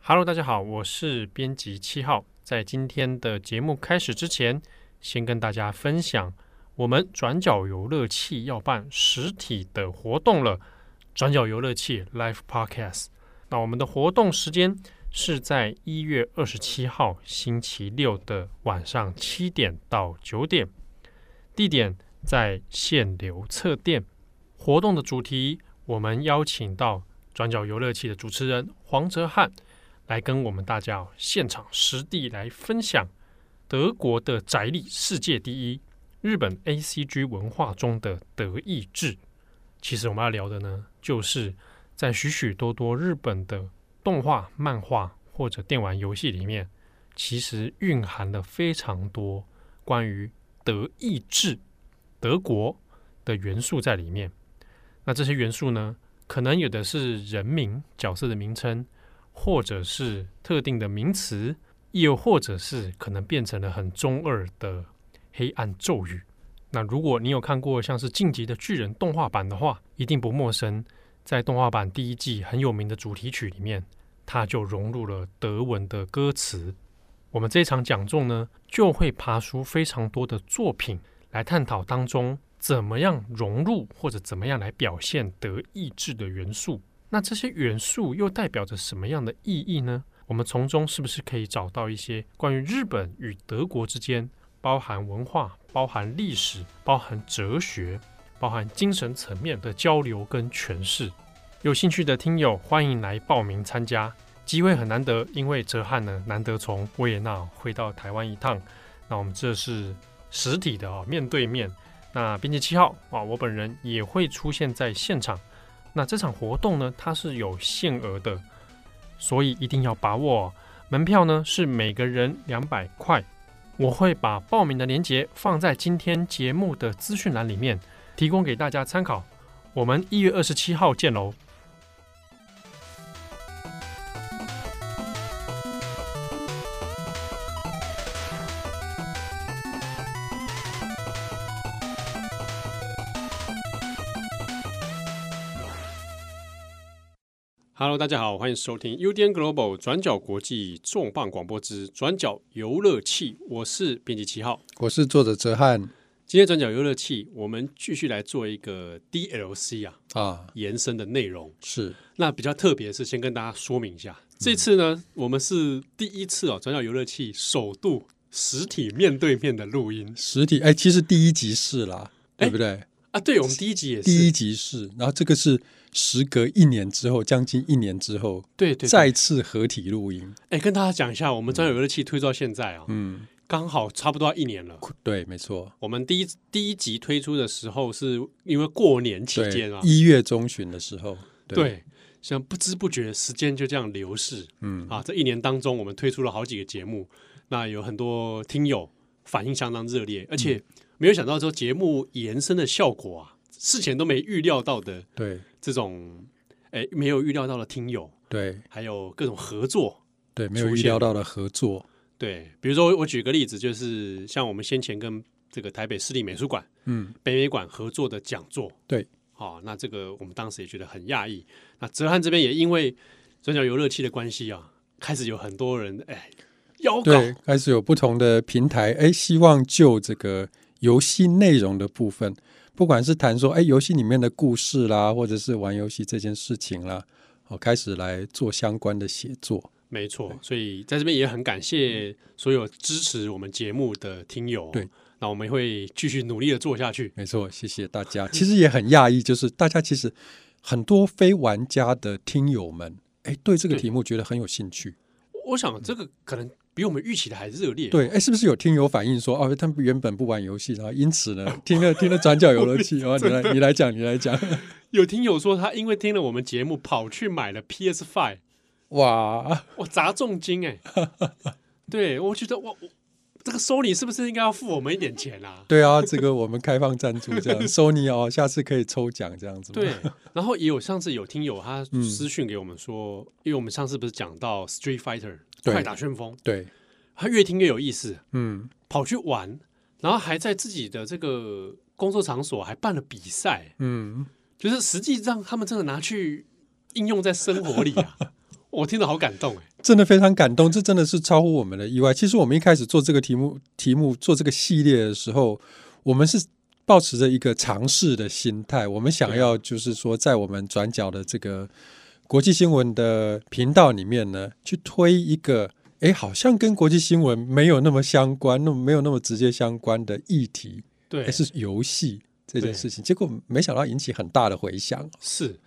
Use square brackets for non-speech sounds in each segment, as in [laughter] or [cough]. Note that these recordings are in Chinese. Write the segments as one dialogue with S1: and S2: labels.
S1: Hello，大家好，我是编辑七号。在今天的节目开始之前，先跟大家分享，我们转角游乐器要办实体的活动了。转角游乐器 Live Podcast，那我们的活动时间是在一月二十七号星期六的晚上七点到九点，地点在限流测店。活动的主题，我们邀请到转角游乐器的主持人黄哲瀚。来跟我们大家哦现场实地来分享德国的宅力世界第一，日本 A C G 文化中的德意志。其实我们要聊的呢，就是在许许多多日本的动画、漫画或者电玩游戏里面，其实蕴含了非常多关于德意志、德国的元素在里面。那这些元素呢，可能有的是人名、角色的名称，或者是特定的名词，又或者是可能变成了很中二的黑暗咒语。那如果你有看过像是《晋级的巨人》动画版的话，一定不陌生。在动画版第一季很有名的主题曲里面，它就融入了德文的歌词。我们这一场讲座呢，就会爬出非常多的作品来探讨当中怎么样融入或者怎么样来表现德意志的元素。那这些元素又代表着什么样的意义呢？我们从中是不是可以找到一些关于日本与德国之间，包含文化、包含历史、包含哲学、包含精神层面的交流跟诠释？有兴趣的听友欢迎来报名参加，机会很难得，因为哲翰呢难得从维也纳回到台湾一趟。那我们这是实体的哦，面对面。那编辑七号啊，我本人也会出现在现场。那这场活动呢，它是有限额的，所以一定要把握哦、门票呢是每个人两百块，我会把报名的链接放在今天节目的资讯栏里面，提供给大家参考。我们一月二十七号见喽！Hello，大家好，欢迎收听 UDN Global 转角国际重磅广播之转角游乐器，我是编辑七号。
S2: 我是作者哲翰
S1: 今天转角游乐器，我们继续来做一个 DLC 啊
S2: 啊，
S1: 延伸的内容。
S2: 是
S1: 那比较特别是先跟大家说明一下，这次呢，我们是第一次哦，转角游乐器首度实体面对面的录音
S2: 实体哎，其实第一集是啦，
S1: 哎
S2: 对不对？
S1: 啊。对，我们第一集也是，
S2: 第一集是，然后这个是时隔一年之后，将近一年之后
S1: 对对对
S2: 再次合体录音。
S1: 哎，跟大家讲一下，我们转角游乐器推出到现在啊，
S2: 嗯，
S1: 刚好差不多要一年了。
S2: 对，没错，
S1: 我们第一第一集推出的时候，是因为过年期间
S2: 对
S1: 啊，，
S2: 一月中旬的时候，
S1: 对，像不知不觉时间就这样流逝
S2: 嗯，
S1: 啊。这一年当中，我们推出了好几个节目，那有很多听友反应相当热烈，而
S2: 嗯
S1: 且没有想到说节目延伸的效果啊，事前都没预料到的
S2: 对
S1: 这种，哎，没有预料到的听友，
S2: 对
S1: 还有各种合作。
S2: 对，没有
S1: 出
S2: 预
S1: 现
S2: 料到的合作，
S1: 对，比如说我举个例子，就是像我们先前跟这个台北市立美术馆、
S2: 嗯，
S1: 北美馆合作的讲座，
S2: 对，
S1: 好、那这个我们当时也觉得很讶异。那泽汉这边也因为转角游乐器的关系啊，开始有很多人哎邀稿，
S2: 对，开始有不同的平台，哎，希望就这个游戏内容的部分，不管是谈说哎游戏里面的故事啦，或者是玩游戏这件事情啦，哦，开始来做相关的写作。
S1: 没错。所以在这边也很感谢所有支持我们节目的听友。
S2: 对，
S1: 那我们会继续努力的做下去。
S2: 没错，谢谢大家。其实也很讶异，就是大家其实很多非玩家的听友们，哎，对这个
S1: 对
S2: 题目觉得很有兴趣。
S1: 我想这个可能比我们预期的还热烈。
S2: 对，哎，是不是有听友反映说，哦，他们原本不玩游戏，然后因此呢，听了听了转角游乐器，哦，你来你来讲，你来讲，
S1: 有听友说他因为听了我们节目，跑去买了 PS Five。
S2: 哇，
S1: 我砸重金
S2: [laughs]
S1: 哎、对我觉得哇，我这个 Sony 是不是应该要付我们一点钱啊？
S2: [laughs] 对啊，这个我们开放赞助这样，Sony 哦，下次可以抽奖这样子。 [laughs]
S1: 对，，然后也有上次有听友他
S2: 嗯
S1: 私讯给我们说，因为我们上次不是讲到 Street Fighter
S2: 对
S1: 快打旋风，
S2: 对，
S1: 他越听越有意思，
S2: 嗯，
S1: 跑去玩，然后还在自己的这个工作场所还办了比赛，
S2: 嗯， [laughs]
S1: 就是实际上他们真的拿去应用在生活里啊。我听了好感动哎，
S2: 真的非常感动，这真的是超乎我们的意外。其实我们一开始做这个题目、题目做这个系列的时候，我们是保持着一个尝试的心态，我们想要就是说，在我们转角的这个国际新闻的频道里面呢，去推一个哎，诶好像跟国际新闻没有那么相关，那么没有那么直接相关的议题，
S1: 对
S2: 诶，哎是游戏这件
S1: 对
S2: 事情。结果没想到引起很大的回响。啊
S1: 是，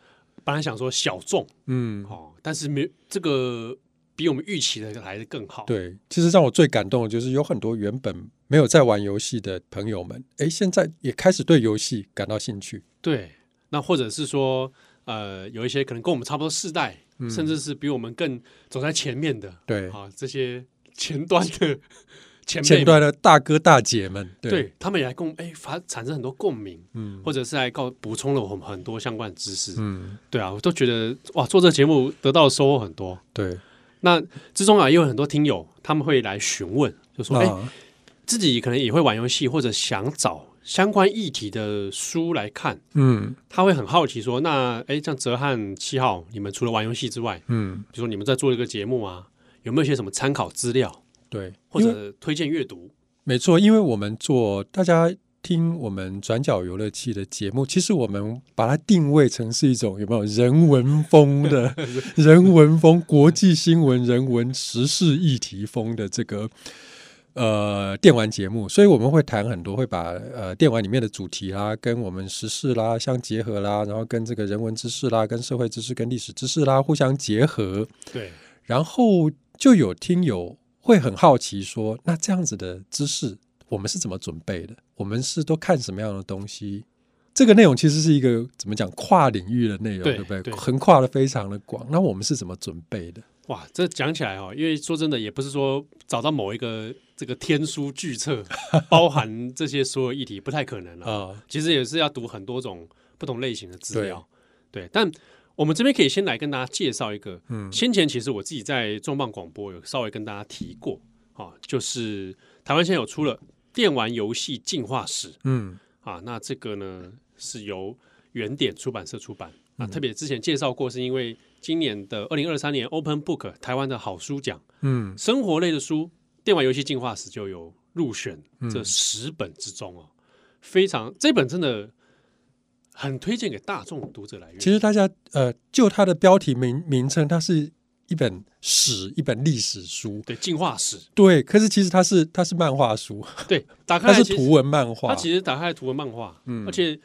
S1: 本来想说小众
S2: 嗯，
S1: 哦，但是没这个比我们预期的来的更好，，
S2: 对，其实让我最感动的就是有很多原本没有在玩游戏的朋友们，哎，现在也开始对游戏感到兴趣。
S1: 对，那或者是说，呃，有一些可能跟我们差不多世代，甚至是比我们更走在前面的，
S2: 嗯对，
S1: 啊，这些前端的前辈
S2: 前
S1: 们
S2: 端的大哥大姐们，对，
S1: 对他们也来共哎发产生很多共鸣，
S2: 嗯
S1: 或者是来告补充了我们很多相关的知识。
S2: 嗯，
S1: 对啊，我都觉得哇，做这个节目得到的收获很多。
S2: 对，
S1: 那之中啊，也有很多听友他们会来询问，就说哎、
S2: 啊，
S1: 自己可能也会玩游戏，或者想找相关议题的书来看。
S2: 嗯
S1: 他会很好奇说，那哎，像泽汉七号，你们除了玩游戏之外，
S2: 嗯，
S1: 比如说你们在做一个节目啊，有没有一些什么参考资料
S2: 对，
S1: 或
S2: 因为
S1: 者推荐阅读？
S2: 没错，因为我们做大家。听我们转角游乐器的节目，其实我们把它定位成是一种有没有人文风的人文风、国际新闻、人文时事议题风的这个呃电玩节目，所以我们会谈很多，会把呃电玩里面的主题啦，跟我们时事啦相结合啦，然后跟这个人文知识啦、跟社会知识、跟历史知识啦互相结合，
S1: 对，
S2: 然后就有听友会很好奇说，那这样子的知识我们是怎么准备的？我们是都看什么样的东西？这个内容其实是一个怎么讲跨领域的内容，
S1: 对
S2: 对不对？
S1: 对
S2: 横跨的非常的广。那我们是怎么准备的？
S1: 哇，这讲起来哦，因为说真的，也不是说找到某一个这个天书巨册包含这些所有议题，不太可能了、
S2: 啊，
S1: 其实也是要读很多种不同类型的资料，对。但我们这边可以先来跟大家介绍一个，
S2: 嗯
S1: 先前其实我自己在重磅广播有稍微跟大家提过，哦，就是台湾现在有出了《电玩游戏进化史》
S2: 嗯
S1: 啊，那这个呢是由原点出版社出版。那
S2: 嗯
S1: 特别之前介绍过，是因为今年的二零二三年 Open Book 台湾的好书奖，
S2: 嗯
S1: 生活类的书《电玩游戏进化史》就有入选
S2: 嗯
S1: 这十本之中哦，非常这本真的很推荐给大众读者来阅。
S2: 其实大家呃，就它的标题名名称，它是一本史，一本历史书。
S1: 对进化史，
S2: 对，可是其实它是它是漫画书，
S1: 对打开
S2: 它
S1: 来
S2: 是
S1: 其实
S2: 图文漫
S1: 它
S2: 画。嗯
S1: 其实打开来图文漫画，而且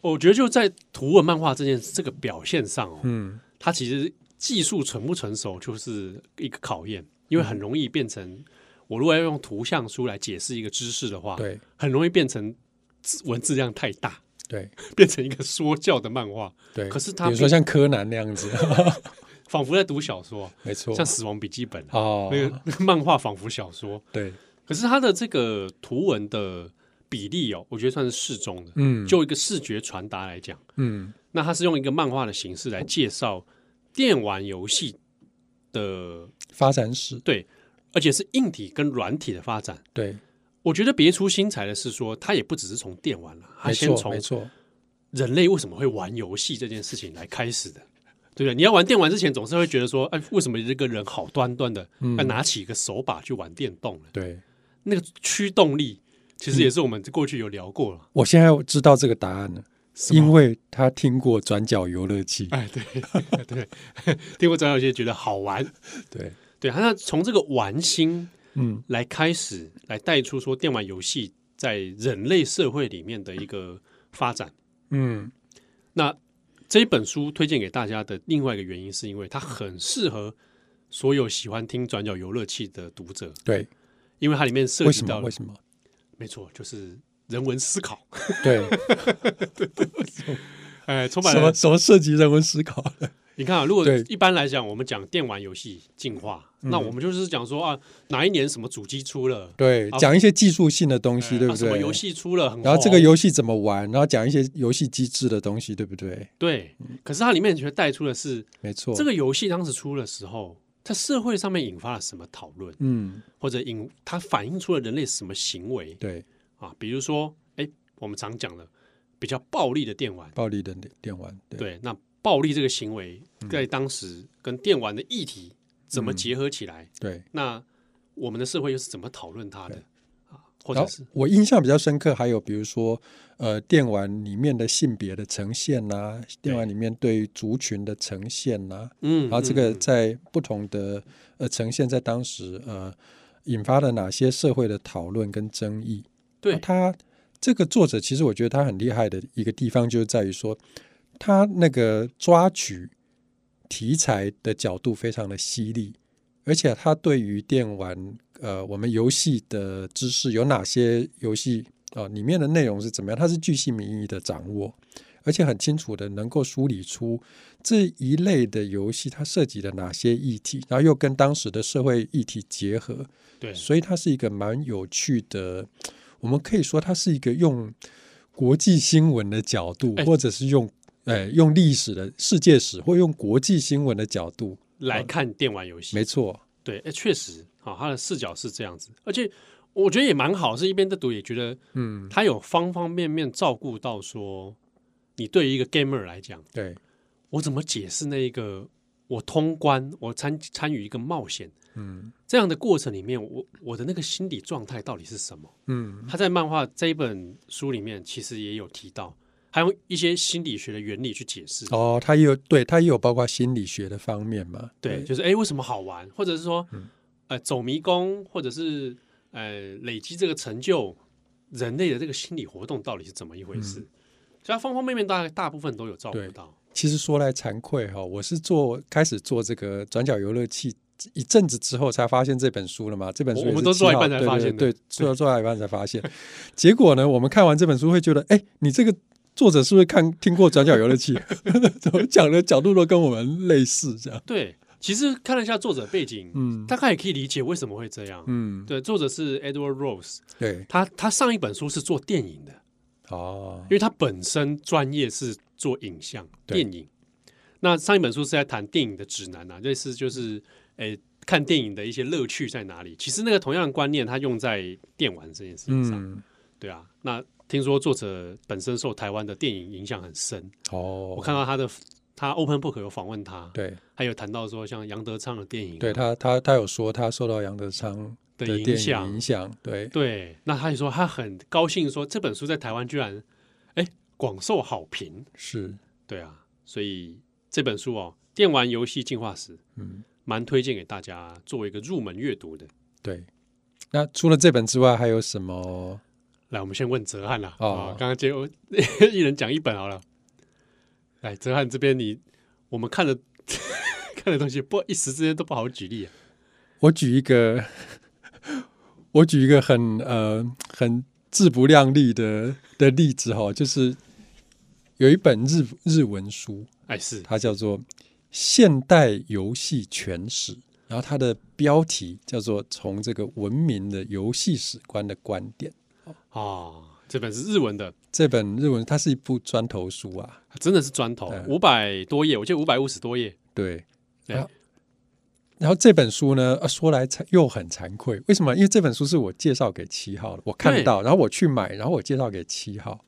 S1: 我觉得就在图文漫画这件这个表现上哦，
S2: 嗯，
S1: 它其实技术成不成熟就是一个考验，因为
S2: 嗯
S1: 很容易变成我如果要用图像书来解释一个知识的话，，
S2: 对
S1: 很容易变成字文字量太大，
S2: 对
S1: 变成一个说教的漫画，
S2: 对。
S1: 可是它
S2: 比如说像柯南那样子， [laughs]
S1: 仿佛在读小说，
S2: 没错
S1: 像。《死亡笔记本》啊，
S2: 哦，
S1: 那个那个漫画仿佛小说，
S2: 对，
S1: 可是它的这个图文的比例哦，我觉得算是适中的。
S2: 嗯，
S1: 就一个视觉传达来讲，
S2: 嗯
S1: 那它是用一个漫画的形式来介绍电玩游戏的
S2: 发展史，
S1: 对，而且是硬体跟软体的发展。
S2: 对，
S1: 我觉得别出心裁的是说，它也不只是从电玩了，它
S2: 没
S1: 先
S2: 错
S1: 从
S2: 没错，
S1: 人类为什么会玩游戏这件事情来开始的，对不对？你要玩电玩之前，总是会觉得说，哎，为什么这个人好端端的
S2: 嗯
S1: 要拿起一个手把去玩电动呢？
S2: 对。
S1: 那个驱动力其
S2: 嗯
S1: 实也是我们过去有聊过了，
S2: 我现在知道这个答案了，
S1: 是吗
S2: 因为他听过转角游乐器， [laughs]
S1: 哎，对 [laughs] 对，听过张小姐觉得好玩，
S2: 对，
S1: 对，他那从这个玩心
S2: 嗯
S1: 来开始，来带出说电玩游戏在人类社会里面的一个发展。
S2: 嗯，
S1: 那这一本书推荐给大家的另外一个原因，是因为它很适合所有喜欢听转角游乐器的读者，
S2: 对。
S1: 因为它里面涉
S2: 为
S1: 及
S2: 什么？
S1: 到
S2: 为
S1: 了，
S2: 什么？
S1: 没错，就是人文思考， [laughs]
S2: 对，
S1: 哎，充满
S2: 什么
S1: 了
S2: 什么涉及人文思
S1: [laughs]
S2: 考的？
S1: 你看啊，如果
S2: 对嗯
S1: 一般来讲，我们讲电玩游戏进化，那我们就是讲说啊，哪一年什么主机出了，
S2: 对，
S1: 啊
S2: 讲一些技术性的东西，
S1: 哎
S2: 对
S1: 啊
S2: 不
S1: 什么
S2: 对？
S1: 游戏出了很红，
S2: 然后这个游戏怎么玩，然后讲一些游戏机制的东西，对不对？
S1: 对，可是它里面却带出的是
S2: 没错，
S1: 这
S2: 个
S1: 个游戏当时出的时候，在社会上面引发了什么讨论，
S2: 嗯，
S1: 或者引它反映出了人类什么行为
S2: 对，
S1: 啊？比如说，哎，我们常讲的比较暴力的电玩，
S2: 暴力的电电玩，对嗯
S1: 对，那暴力这个行为在当时跟电玩的议题怎么结合起来？
S2: 对。
S1: 那我们的社会又是怎么讨论它的啊？或者
S2: 然后
S1: 是
S2: 我印象比较深刻，还有比如说，呃，电玩里面的性别的呈现呐、电玩里面对于族群的呈现呐、啊
S1: 嗯
S2: 然后这个
S1: 嗯
S2: 在不同的呃呈现，在当时呃引发了哪些社会的讨论跟争议？
S1: 对
S2: 那他这个作者其实我觉得他很厉害的一个地方，就是在于说他那个抓取题材的角度非常的犀利，而且他对于电玩呃我们游戏的知识有哪些游戏啊、呃里面的内容是怎么样，他是巨细靡遗的掌握。而且很清楚的能够梳理出这一类的游戏它涉及了哪些议题，然后又跟当时的社会议题结合，
S1: 对
S2: 所以它是一个蛮有趣的。我们可以说它是一个用国际新闻的角度，
S1: 哎
S2: 或者是用呃用历史的世界史，或用国际新闻的角度，
S1: 来看电玩游戏，
S2: 没错，
S1: 对，哎，确实啊，他的视角是这样子，而且我觉得也蛮好，是一边在读也觉得，嗯，他有方方面面照顾到说，你对于一个 gamer 来讲，
S2: 对，
S1: 我怎么解释那一个我通关，我参参与一个冒险
S2: 嗯
S1: 这样的过程里面，我我的那个心理状态到底是什么？
S2: 嗯，
S1: 他在漫画这一本书里面其实也有提到，还用一些心理学的原理去解释。
S2: 哦，它也有对，它也有包括心理学的方面嘛，
S1: 对，就是哎、诶为什么好玩，或者是说，
S2: 嗯
S1: 呃，走迷宫，或者是呃，累积这个成就，人类的这个心理活动到底是怎么一回
S2: 嗯
S1: 事？所以它方方面面大大部分都有照顾
S2: 对
S1: 到。
S2: 其实说来惭愧哈、我是做开始做这个转角游乐器一阵子之后才发现这本书了嘛。这本书
S1: 我
S2: 也
S1: 我
S2: 是
S1: 们都做到一半
S2: 7号
S1: 才发现的 [laughs]
S2: 对对对，做到做到一半才发现。结果呢，我们看完这本书会觉得，哎，你这个作者是不是看听过转角游乐器？ [laughs] 怎么讲的角度都跟我们类似，这样。
S1: 对，其实看了一下作者背景，
S2: 嗯
S1: 大概也可以理解为什么会这样。
S2: 嗯，
S1: 对，作者是 Edward Rose，
S2: 对，
S1: 他他上一本书是做电影的，
S2: 哦
S1: 因，为他本身专业是做影像
S2: 对
S1: 电影。那上一本书是在谈电影的指南啊，类似就是诶、看电影的一些乐趣在哪里。其实那个同样的观念，它用在电玩这件事情上，
S2: 嗯，
S1: 对啊。那听说作者本身受台湾的电影影响很深，
S2: 哦，
S1: 我看到他的他 Open Book 有访问他，
S2: 对，
S1: 还有谈到说像杨德昌的电影啊、
S2: 对他他他有说他受到杨德昌
S1: 的
S2: 的
S1: 影
S2: 电
S1: 响
S2: 影影响，对，
S1: 对，那他就说他很高兴说这本书在台湾居然诶广受好评，
S2: 是，
S1: 对啊，所以这本书哦，《电玩游戏进化史》
S2: 嗯。
S1: 蛮推荐给大家作为一个入门阅读的。
S2: 对，那除了这本之外，还有什么？
S1: 来，我们先问泽汉啦。
S2: 哦
S1: 啊，刚刚接 [laughs] 一人讲一本好了。来，泽汉这边你我们看的 [laughs] 看的东西，不一时之间都不好举例、啊。
S2: 我举一个，我举一个很呃很自不量力的的例子哈，就是有一本日日文书，
S1: 哎，是
S2: 它叫做《现代游戏全史》，然后它的标题叫做“从这个文明的游戏史观的观点
S1: 哦，这本是日文的，”。
S2: 这本日文它是一部砖头书啊，
S1: 真的是砖头
S2: 对，
S1: 五百多页，我记得五百五十多页。
S2: 对，
S1: 对
S2: 然后然后这本书呢，啊、说来惭又很惭愧，为什么？因为这本书是我介绍给七号的，我看到，然后我去买，然后我介绍给七号，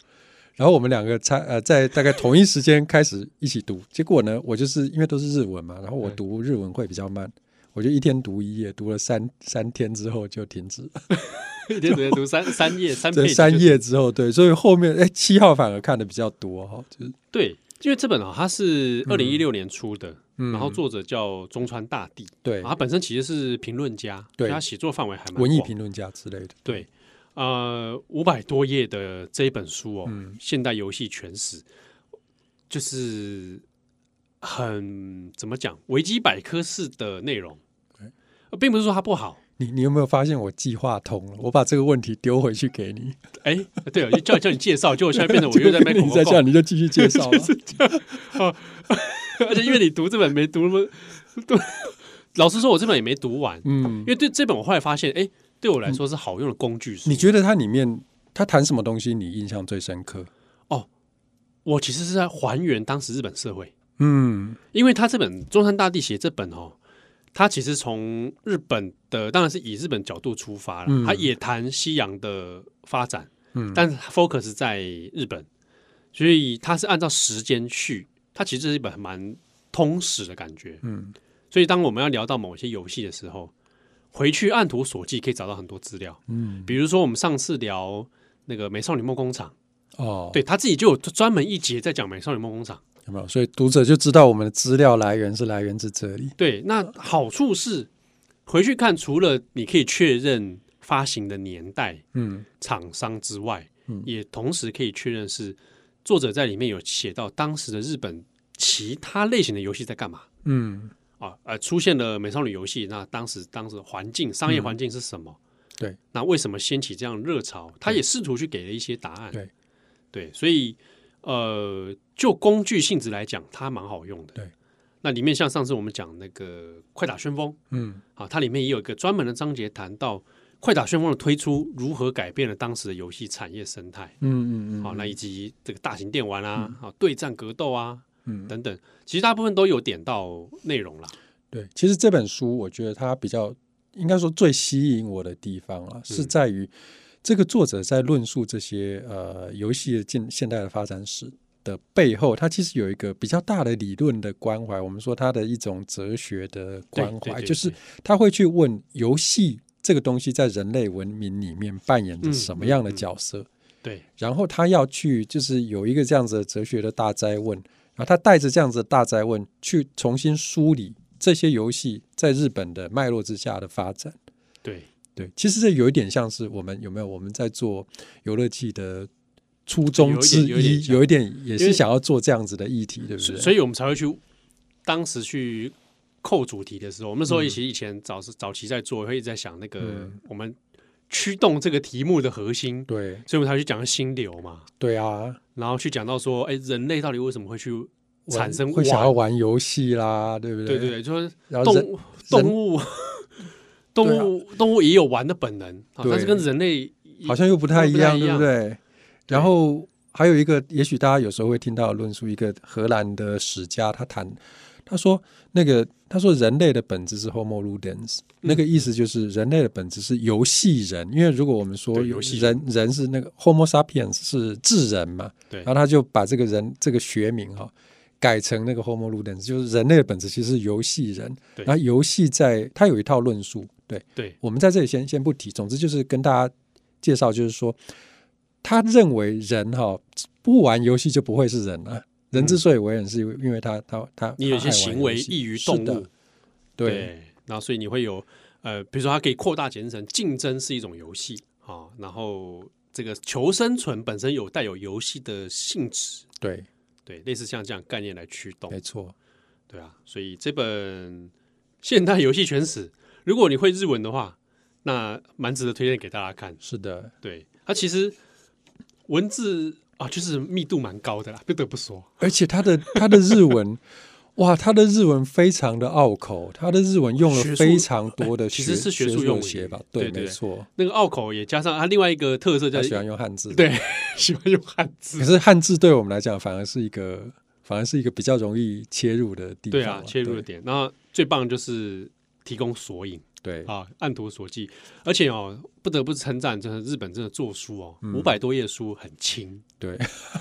S2: 然后我们两个差呃在大概同一时间开始一起读， [laughs] 结果呢，我就是因为都是日文嘛，然后我
S1: 嗯
S2: 读日文会比较慢，我就一天读一页，读了三三天之后就停止了。
S1: 一天只能读
S2: [laughs]
S1: 三三页，三
S2: 这
S1: 页
S2: 三页之后，对，所以后面哎七号反而看的比较多哈、就是
S1: 对，因为这本啊、它是二零一六年出的，
S2: 嗯
S1: 然后作者叫中川大地，
S2: 对
S1: 啊他本身其实是评论家，所
S2: 对
S1: 以他写作范围还蛮
S2: 文艺
S1: 广
S2: 评论家之类的，
S1: 对，呃，五百多页的这一本书哦，
S2: 嗯
S1: 现代游戏全史》，就是很怎么讲，维基百科式的内容
S2: 对，
S1: 呃并不是说它不好，
S2: 你你有没有发现我计划通了？我把这个问题丢回去给你。
S1: 哎，对 [laughs] 哦，就叫叫你介绍，结果现在变成我又在卖
S2: 你
S1: 广
S2: 再这
S1: 告
S2: 样，， [laughs] 你就继续介绍啊
S1: [laughs]
S2: 吧。
S1: 而且因为你读这本没读那么，读，老实说，我这本也没读完，
S2: 嗯
S1: 因，为对这本我后来发现，哎，对我来说是好用的工具书。
S2: 你觉得它里面它谈什么东西你印象最深刻？
S1: 我其实是在还原当时日本社会，
S2: 嗯，
S1: 因为他这本中山大地写这本哦，他其实从日本的，当然是以日本角度出发了，
S2: 嗯
S1: 他也谈西洋的发展，
S2: 嗯
S1: 但是它 focus 在日本，所以他是按照时间序它其实是一本蛮通史的感觉。
S2: 嗯，
S1: 所以当我们要聊到某些游戏的时候，回去按图索骥可以找到很多资料。
S2: 嗯，
S1: 比如说我们上次聊那个《美少女梦工厂》，
S2: 哦，
S1: 对他自己就有专门一节在讲《美少女梦工厂》。
S2: 有没有？所以读者就知道我们的资料来源是来源自这里。
S1: 对，那好处是回去看，除了你可以确认发行的年代、
S2: 嗯
S1: 厂商之外，
S2: 嗯
S1: 也同时可以确认是作者在里面有写到当时的日本其他类型的游戏在干嘛
S2: 嗯，
S1: 啊？呃，出现了美少女游戏，那当时当时的环境、商业环境是什么？
S2: 嗯对，
S1: 那为什么掀起这样热潮？他也试图去给了一些答案。
S2: 对，
S1: 对，所以呃，就工具性质来讲，它蛮好用的。
S2: 对，
S1: 那里面像上次我们讲那个《快打旋风》
S2: 嗯
S1: 啊，它里面也有一个专门的章节谈到《快打旋风》的推出如何改变了当时的游戏产业生态。啊
S2: 嗯嗯嗯，
S1: 好、那以及这个大型电玩啊，啊，对战格斗啊
S2: 嗯，
S1: 等等，其实大部分都有点到内容啦。
S2: 对，其实这本书我觉得它比较应该说最吸引我的地方啦，
S1: 嗯
S2: 是在于这个作者在论述这些呃游戏的近现代的发展史的背后，他其实有一个比较大的理论的关怀。我们说他的一种哲学的
S1: 对
S2: 关
S1: 对
S2: 怀，
S1: 对
S2: 就是
S1: 对
S2: 他会去问游戏这个东西在人类文明里面扮演着
S1: 嗯
S2: 什么
S1: 嗯
S2: 样的
S1: 嗯
S2: 角色。
S1: 对，
S2: 然后他要去就是有一个这样子的哲学的大灾问，然后他带着这样子的大灾问去重新梳理这些游戏在日本的脉络之下的发展。
S1: 对，
S2: 对，其实这有一点像是我们有没有我们在做游乐器的初衷之
S1: 哎有一点
S2: 一，有
S1: 有
S2: 一点也
S1: 因
S2: 是
S1: 为
S2: 想要做这样子的议题，对不
S1: 所
S2: 对？
S1: 所
S2: 以
S1: 以我们才会去当时去扣主题的时候，我们那时候
S2: 嗯
S1: 其实以前早是早期在做，会一直在想那个
S2: 嗯
S1: 我们驱动这个题目的核心，
S2: 对
S1: 所以我们才会去讲心流嘛，
S2: 对啊，
S1: 然后去讲到说，哎，人类到底为什么会去
S2: 玩
S1: 产生
S2: 会想要
S1: 玩？
S2: 玩游戏啦，对不
S1: 对对
S2: 对
S1: 对，就是
S2: 然后人 [laughs] 啊
S1: 动动物动物、动物也有玩的本能啊，
S2: 对
S1: 但是跟人类一
S2: 好像又不太一
S1: 又不太
S2: 样，
S1: 一
S2: 对
S1: 样
S2: 不对？然后还有一个，也许大家有时候会听到论述一个荷兰的史家，他谈他说那个他说人类的本质是 Homo ludens，、那
S1: 嗯
S2: 个意思就是人类的本质是游戏人，因为如果我们说
S1: 对游戏
S2: 人人是那个 Homo sapiens 是智人嘛，
S1: 对
S2: 然后他就把这个人这个学名哈、改成那个 Homo ludens，就是人类的本质其实是游戏人。
S1: 对
S2: 然后游戏在它有一套论述，对，
S1: 对
S2: 我们在这里先先不提。总之就是跟大家介绍，就是说，他认为人哈、不玩游戏就不会是人了、人之所以为人，是因为因为他他他
S1: 嗯你有一些
S2: 他爱玩
S1: 行为
S2: 游戏
S1: 异于动
S2: 是
S1: 物
S2: 的，对，
S1: 对，然后所以你会有呃，比如说它可以扩大解释成竞争是一种游戏啊，然后这个求生存本身有带有游戏的性质，
S2: 对，
S1: 对，类似像这样概念来驱动
S2: 没，错，
S1: 对啊，所以这本《现代游戏全史》，如果你会日文的话，那蛮值得推荐给大家看。
S2: 是的，
S1: 对，它其实文字啊，就是密度蛮高的啦，不得不说，
S2: 而且他的他的日文。哇，他的日文非常的拗口，他的日文用了
S1: 学术
S2: 非常多的
S1: 哎其实是
S2: 学
S1: 学术用语
S2: 写法，
S1: 对对
S2: 没
S1: 对
S2: 错，
S1: 那个拗口也加上啊它另外一个特色叫
S2: 他喜欢用汉字，
S1: 对 [laughs] 喜欢用汉字
S2: 可。是汉字对我们来讲，反而是一个反而是一个比较容易切入的地方。
S1: 对啊，切入的
S2: 对
S1: 点。那最棒就是提供索引
S2: 对
S1: 啊，按图索骥。而且哦，不得不称赞，真的日本真的做书哦，
S2: 嗯
S1: 五百多页书很轻，
S2: 对，
S1: [laughs]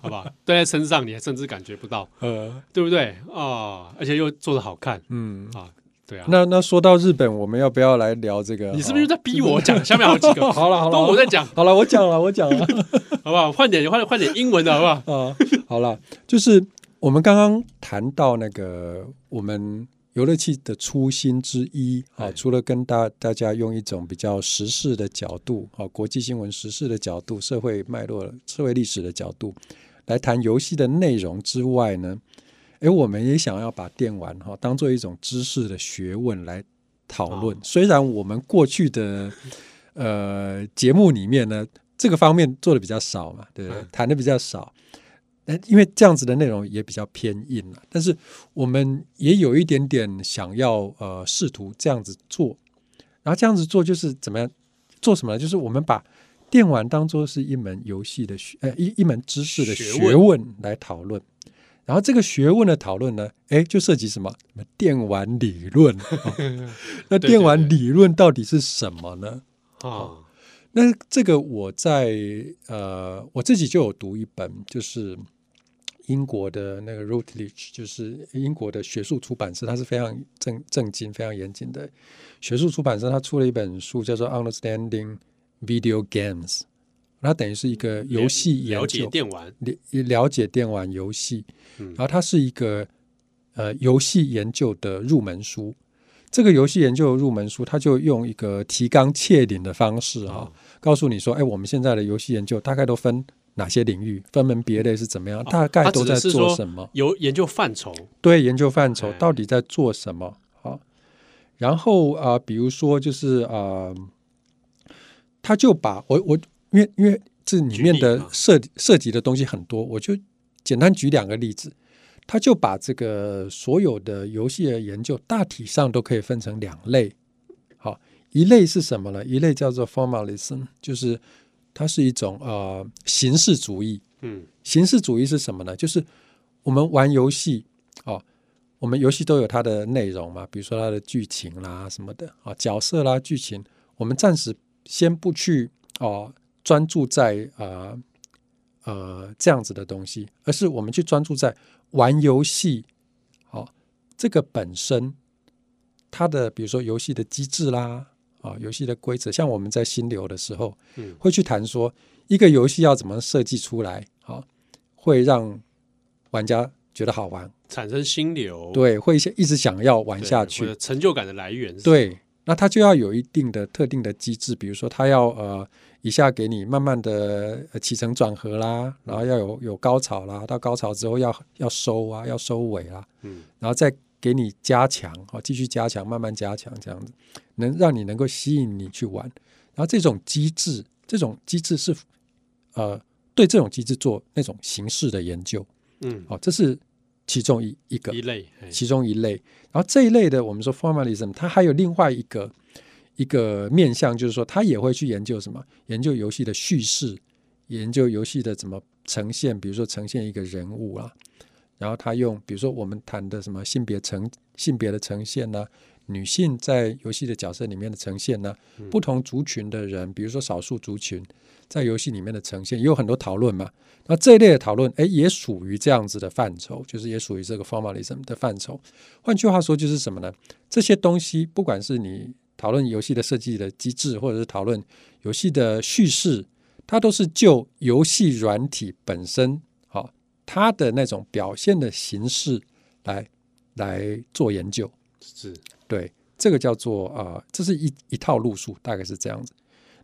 S1: 好吧？带在身上你还甚至感觉不到，
S2: 呃
S1: 对不对啊？而且又做的好看
S2: 嗯，
S1: 啊，对啊。
S2: 那那说到日本，我们要不要来聊这个？
S1: 你是不是又在逼我讲？下面好几个，
S2: 哦 [laughs] 好了好了，
S1: 都我在讲，
S2: 好了，我讲了我讲了
S1: 好不好？换点换换点英文的好不好？
S2: 啊， [laughs] 好了，就是我们刚刚谈到那个我们。游乐器的初心之一啊，
S1: 哎
S2: 除了跟大大家用一种比较时事的角度，啊，国际新闻时事的角度、社会脉络、社会历史的角度，来谈游戏的内容之外呢，诶，我们也想要把电玩哈、当做一种知识的学问来讨论。
S1: 哦
S2: 虽然我们过去的呃节目里面呢，这个方面做的比较少嘛，对不对？
S1: 嗯
S2: 谈的比较少。但因为这样子的内容也比较偏硬了，但是我们也有一点点想要呃试图这样子做，然后这样子做就是怎么样做什么呢？就是我们把电玩当做是一门游戏的学呃一一门知识的
S1: 学
S2: 学问来讨论。然后这个学问的讨论呢，哎，就涉及什么？什么电玩理
S1: [laughs]
S2: 论、哦那
S1: 对
S2: 电玩
S1: 对
S2: 理论到底是什么呢？
S1: 啊，
S2: 那这个我在呃我自己就有读一本，就是英国的那个 Routledge，就是英国的学术出版社，它是非常正正经、非常严谨的学术出版社。它出了一本书叫做《Understanding Video Games》，它等于是一个游戏研
S1: 了解
S2: 究，
S1: 电玩，
S2: 了了解电玩游戏，
S1: 嗯
S2: 然后它是一个呃游戏研究的入门书。这个游戏研究的入门书，它就用一个提纲挈领的方式哈、
S1: 哦
S2: 告诉你说，哎，我们现在的游戏研究大概都分哪些领域，分门别类是怎么样，大概
S1: 它
S2: 都
S1: 哦指的
S2: 在
S1: 是
S2: 做
S1: 说
S2: 什么？
S1: 啊有研究范畴，
S2: 对，研究范畴
S1: 哎
S2: 到底在做什么？好，然后啊、呃比如说就是啊、呃他就把我我因为因为这里
S1: 举
S2: 面
S1: 例啊
S2: 的
S1: 嘛
S2: 涉涉及的东西很多，我就简单举两个例子。他就把这个所有的游戏的研究大体上都可以分成两类。好，一类是什么呢？一类叫做 formalism，就是它是一种呃形式主义。
S1: 嗯，
S2: 形式主义是什么呢？就是我们玩游戏哦，我们游戏都有它的内容嘛，比如说它的剧情啦什么的啊、哦角色啦、剧情，我们暂时先不去哦专注在呃呃这样子的东西，而是我们去专注在玩游戏好、哦这个本身它的，比如说游戏的机制啦。啊、游戏的规则，像我们在新流的时候，
S1: 嗯
S2: 会去谈说一个游戏要怎么设计出来，哦好、会让玩家觉得好玩，
S1: 产生心流，
S2: 对，会一直想要玩
S1: 哦对，
S2: 下
S1: 或
S2: 去
S1: 者，成就感的来源，，
S2: 对。那它就要有一定的特定的机制，比如说它要呃一下给你慢慢的起承转合啦，然后要有有高潮啦，到高潮之后要要收啊，要收尾啦，
S1: 嗯，
S2: 然后再给你加强，好、继续加强，慢慢加强，这样子能让你能够吸引你去玩。然后这种机制，这种机制是呃对这种机制做那种形式的研究，
S1: 嗯，
S2: 好、哦这是其中一一个
S1: 一类，哎
S2: 其中一类。然后这一类的，我们说 formalism，它还有另外一个一个面向，就是说它也会去研究什么，研究游戏的叙事，研究游戏的怎么呈现，比如说呈现一个人物啊，然后他用比如说我们谈的什么性别呈性别的呈现呢、女性在游戏的角色里面的呈现呢、不同族群的人，比如说少数族群在游戏里面的呈现，也有很多讨论嘛。那这一类的讨论，哎，也属于这样子的范畴，就是也属于这个 formalism 的范畴。换句话说，就是什么呢？这些东西，不管是你讨论游戏的设计的机制，或者是讨论游戏的叙事，它都是就游戏软体本身，好、它的那种表现的形式来来做研究。
S1: 是
S2: 对，这个叫做啊、呃这是一一套路数，大概是这样子。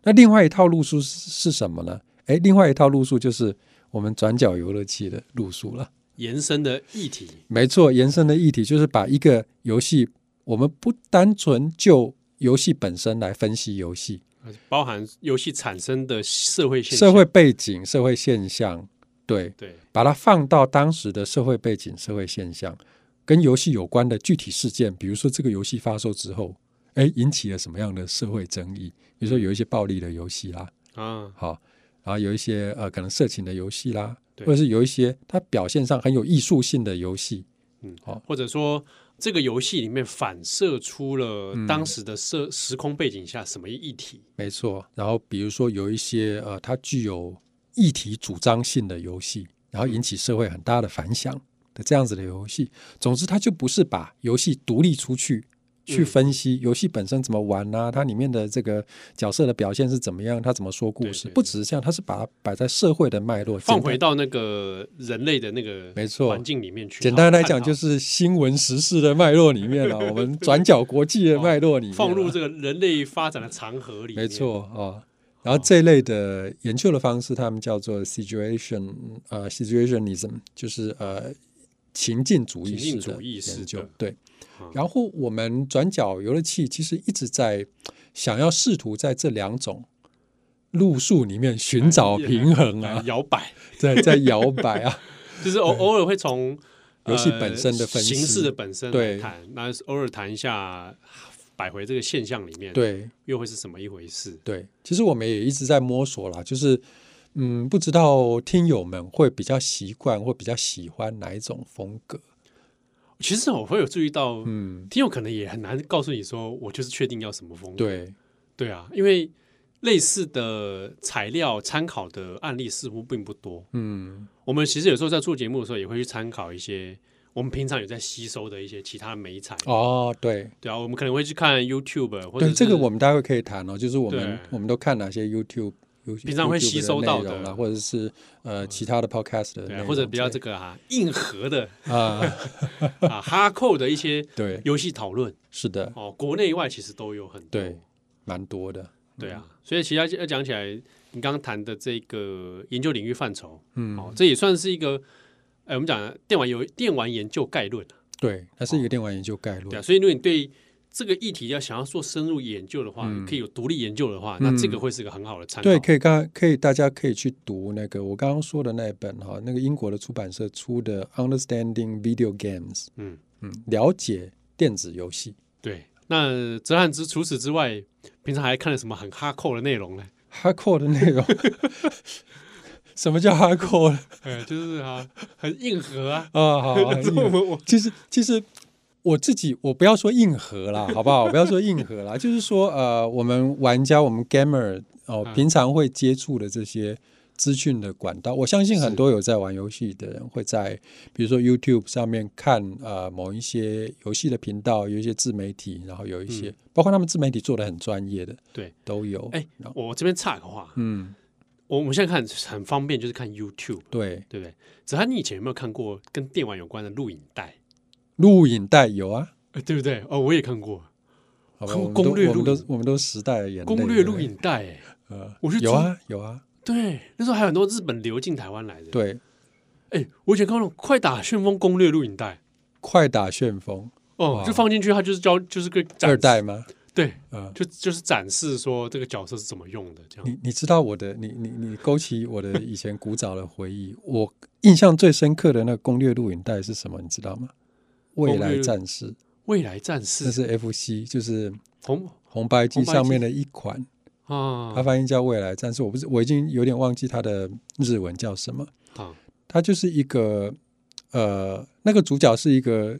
S2: 那另外一套路数是是什么呢？哎，另外一套路数就是我们转角游乐器的路数了。
S1: 延伸的议题，
S2: 没错，延伸的议题就是把一个游戏，我们不单纯就游戏本身来分析游戏，
S1: 包含游戏产生的社会现象，
S2: 社会背景、社会现象，对，
S1: 对，
S2: 把它放到当时的社会背景、社会现象，跟游戏有关的具体事件，比如说这个游戏发售之后，哎，引起了什么样的社会争议？比如说有一些暴力的游戏啦，
S1: 啊，
S2: 好，然后有一些呃可能色情的游戏啦，
S1: 对
S2: 或者是有一些它表现上很有艺术性的游戏，
S1: 嗯
S2: 好，
S1: 或者说这个游戏里面反射出了
S2: 嗯
S1: 当时的社时空背景下什么议题，
S2: 没错。然后比如说有一些呃它具有议题主张性的游戏，然后引起社会很大的反响的这样子的游戏。总之，它就不是把游戏独立出去。去
S1: 嗯
S2: 分析游戏本身怎么玩啊，它里面的这个角色的表现是怎么样，它怎么说故
S1: 对
S2: 事，
S1: 对
S2: 不只是这样，它是把它摆在社会的脉络，
S1: 放
S2: 简单
S1: 回到那个人类的那个
S2: 没错
S1: 环境里面去。
S2: 简单来讲，就是是新闻时事的脉络里面了、啊我们转角国际
S1: [laughs]
S2: 的脉络里面啊、
S1: 哦放入这个人类发展的长河里面。
S2: 没错啊、哦然后这一类的研究的方式，他们叫做 situation 呃 situationism，就是呃情境主义
S1: 情境
S2: 式的
S1: 主义式
S2: 研究
S1: 的。
S2: 对
S1: 嗯，
S2: 然后我们转角游乐器其实一直在想要试图在这两种路数里面寻找平衡
S1: 哎
S2: 啊，
S1: 摇摆，
S2: [laughs] 在在摇摆啊。
S1: 就是偶偶尔会从
S2: 游戏
S1: 呃
S2: 本身的分析
S1: 形式的本身来
S2: 对
S1: 谈，那偶尔谈一下摆回这个现象里面，，
S2: 对，
S1: 又会是什么一回事？
S2: 对，其实我们也一直在摸索啦，就是嗯，不知道听友们会比较习惯或比较喜欢哪一种风格。
S1: 其实我会有注意到，
S2: 嗯，
S1: 听友可能也很难告诉你说，我就是确定要什么风格。
S2: 对，
S1: 对啊，因为类似的材料参考的案例似乎并不多。
S2: 嗯
S1: 我们其实有时候在做节目的时候，也会去参考一些我们平常有在吸收的一些其他的美材。
S2: 哦，对
S1: 对啊，我们可能会去看 YouTube 或者
S2: 对，这个
S1: 是
S2: 我们待会可以谈哦，就是我们
S1: 对
S2: 我们都看哪些 YouTube。平
S1: 常会吸收到的
S2: 啦，啊或者是呃其他的 podcast 的内
S1: 对
S2: 容之
S1: 啊，
S2: 类，
S1: 或者比较这个啊硬核的 [laughs]
S2: 啊，
S1: 啊哈扣的一些
S2: 对，
S1: 游戏讨论
S2: 是的，
S1: 哦，国内外其实都有很多。
S2: 对，蛮多的，
S1: 对啊，所以其实要要讲起来，你刚刚谈的这个研究领域范畴，
S2: 嗯
S1: 哦，这也算是一个，哎、我们讲电玩游电玩研究概论啊，
S2: 对，它是一个电玩研究概
S1: 对啊，
S2: 论，
S1: 所以如果你对这个议题要想要做深入研究的话，
S2: 嗯
S1: 可以有独立研究的话，
S2: 嗯
S1: 那这个会是一个很好的参考。
S2: 对，可以刚可以大家可以去读那个我刚刚说的那一本哈，那个英国的出版社出的《Understanding Video Games》，
S1: 嗯
S2: 嗯，了解电子游戏。
S1: 对。那泽汉之除此之外，平常还看了什么很哈扣的内 [laughs] 容呢？
S2: hardcore 的内容。 [laughs] 什么叫 hardcore 呢。
S1: 呃，就是啊，很硬核啊
S2: 啊？好 [laughs]
S1: [laughs]
S2: 啊，硬核
S1: 我我
S2: 其实其实我自己我不要说硬
S1: [laughs]
S2: 核啦，好不好？不要说硬核啦，就是说呃，我们玩家我们 gamer 哦、
S1: 嗯
S2: 平常会接触的这些。资讯的管道，我相信很多有在玩游戏的人会在，比如说 YouTube 上面看呃某一些游戏的频道，有一些自媒体，然后有一些、
S1: 嗯
S2: 包括他们自媒体做的很专业的，
S1: 对，
S2: 都有。
S1: 哎
S2: 然后
S1: 我这边插个话，
S2: 嗯，
S1: 我我们现在看很方便，就是看 YouTube。
S2: 对，
S1: 对不对？子涵，你以前有没有看过跟电玩有关的录影带？
S2: 录影带有啊，
S1: 呃对不对？哦，我也看过
S2: 好吧，
S1: 看
S2: 我
S1: 过
S2: 们都
S1: 攻略
S2: 我们
S1: 录影
S2: 都我们都时代的眼泪
S1: 攻略
S2: 对不
S1: 录
S2: 对
S1: 影带，哎，
S2: 呃，
S1: 我去
S2: 有
S1: 租
S2: 啊有啊，
S1: 对，那时候还有很多日本流进台湾来的。，
S2: 对，
S1: 哎，我以前看那种快打旋风攻略录影带，
S2: 快打旋风
S1: 哦
S2: 哇，
S1: 就放进去，它就是教，就是个展示
S2: 二代，吗？
S1: 对，
S2: 呃，
S1: 就就是展示说这个角色是怎么用的，这样。
S2: 你你知道我的你你你勾起我的以前古早的回忆，我印象最深刻的那个攻略录影带是什么？你知道吗？未
S1: 攻略
S2: 来
S1: 录
S2: 战士，
S1: 未来战
S2: 这
S1: 士
S2: 是 FC，就是
S1: 红
S2: 红白机
S1: 红白
S2: 上
S1: 机
S2: 面的一款，它
S1: 啊
S2: 翻译叫未来战士，我不是我已经有点忘记它的日文叫什么。
S1: 啊，
S2: 他就是一个呃，那个主角是一个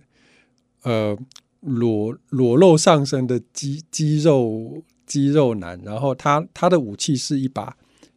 S2: 呃裸裸露上身的肌肌肉肌肉男，然后他他的武器是一把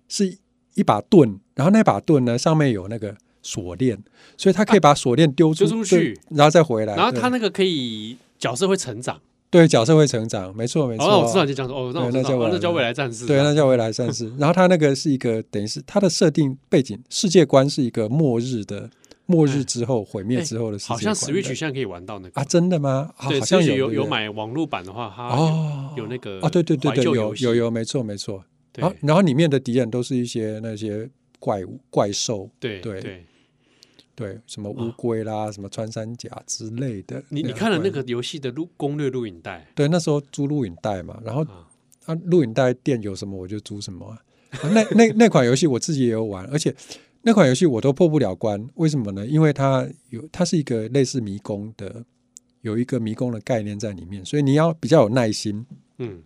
S2: 是一把盾，然后那把盾呢上面有那个锁链，所以他可以把锁链丢出,
S1: 啊丢
S2: 对、
S1: 出去
S2: 然后再回来。
S1: 然后他那
S2: 对
S1: 个可以角色会成长，
S2: 对角色会成长，没错没
S1: 哦，
S2: 错。
S1: 那我知道你讲说，哦，那我
S2: 对
S1: 知道，
S2: 那叫未
S1: 哦
S2: 来
S1: 那叫未来战士，
S2: 对，那叫未来战士。然后他那个是一个，等于是他的设定背景世界观是一个末日的，末日之后毁灭之后的世界
S1: 哎好
S2: 观
S1: 像
S2: 的。
S1: Switch 现在可以玩到那个
S2: 啊，真的吗？啊、
S1: 对
S2: 好像
S1: Switch
S2: 有
S1: 有有
S2: 对不对
S1: 买网络版的话，它
S2: 哦，
S1: 有有那个
S2: 啊，对对对
S1: 怀
S2: 对，
S1: 旧
S2: 有
S1: 游戏
S2: 有啊有，没错没错。
S1: 对
S2: 然后然后里面的敌人都是一些那些怪物、怪兽，
S1: 对
S2: 对
S1: 对，
S2: 对，什么乌龟啦、什么穿山甲之类的。
S1: 啊你你
S2: 样
S1: 看了那
S2: 怪物？
S1: 个游戏的录攻略录影带
S2: 对，那时候租录影带嘛，然后
S1: 啊，
S2: 啊，录影带店有什么我就租什么啊、啊那那那款游戏我自己也有玩，而且那款游戏我都破不了关，为什么呢？因为它有它是一个类似迷宫的，有一个迷宫的概念在里面，所以你要比较有耐心。
S1: 嗯，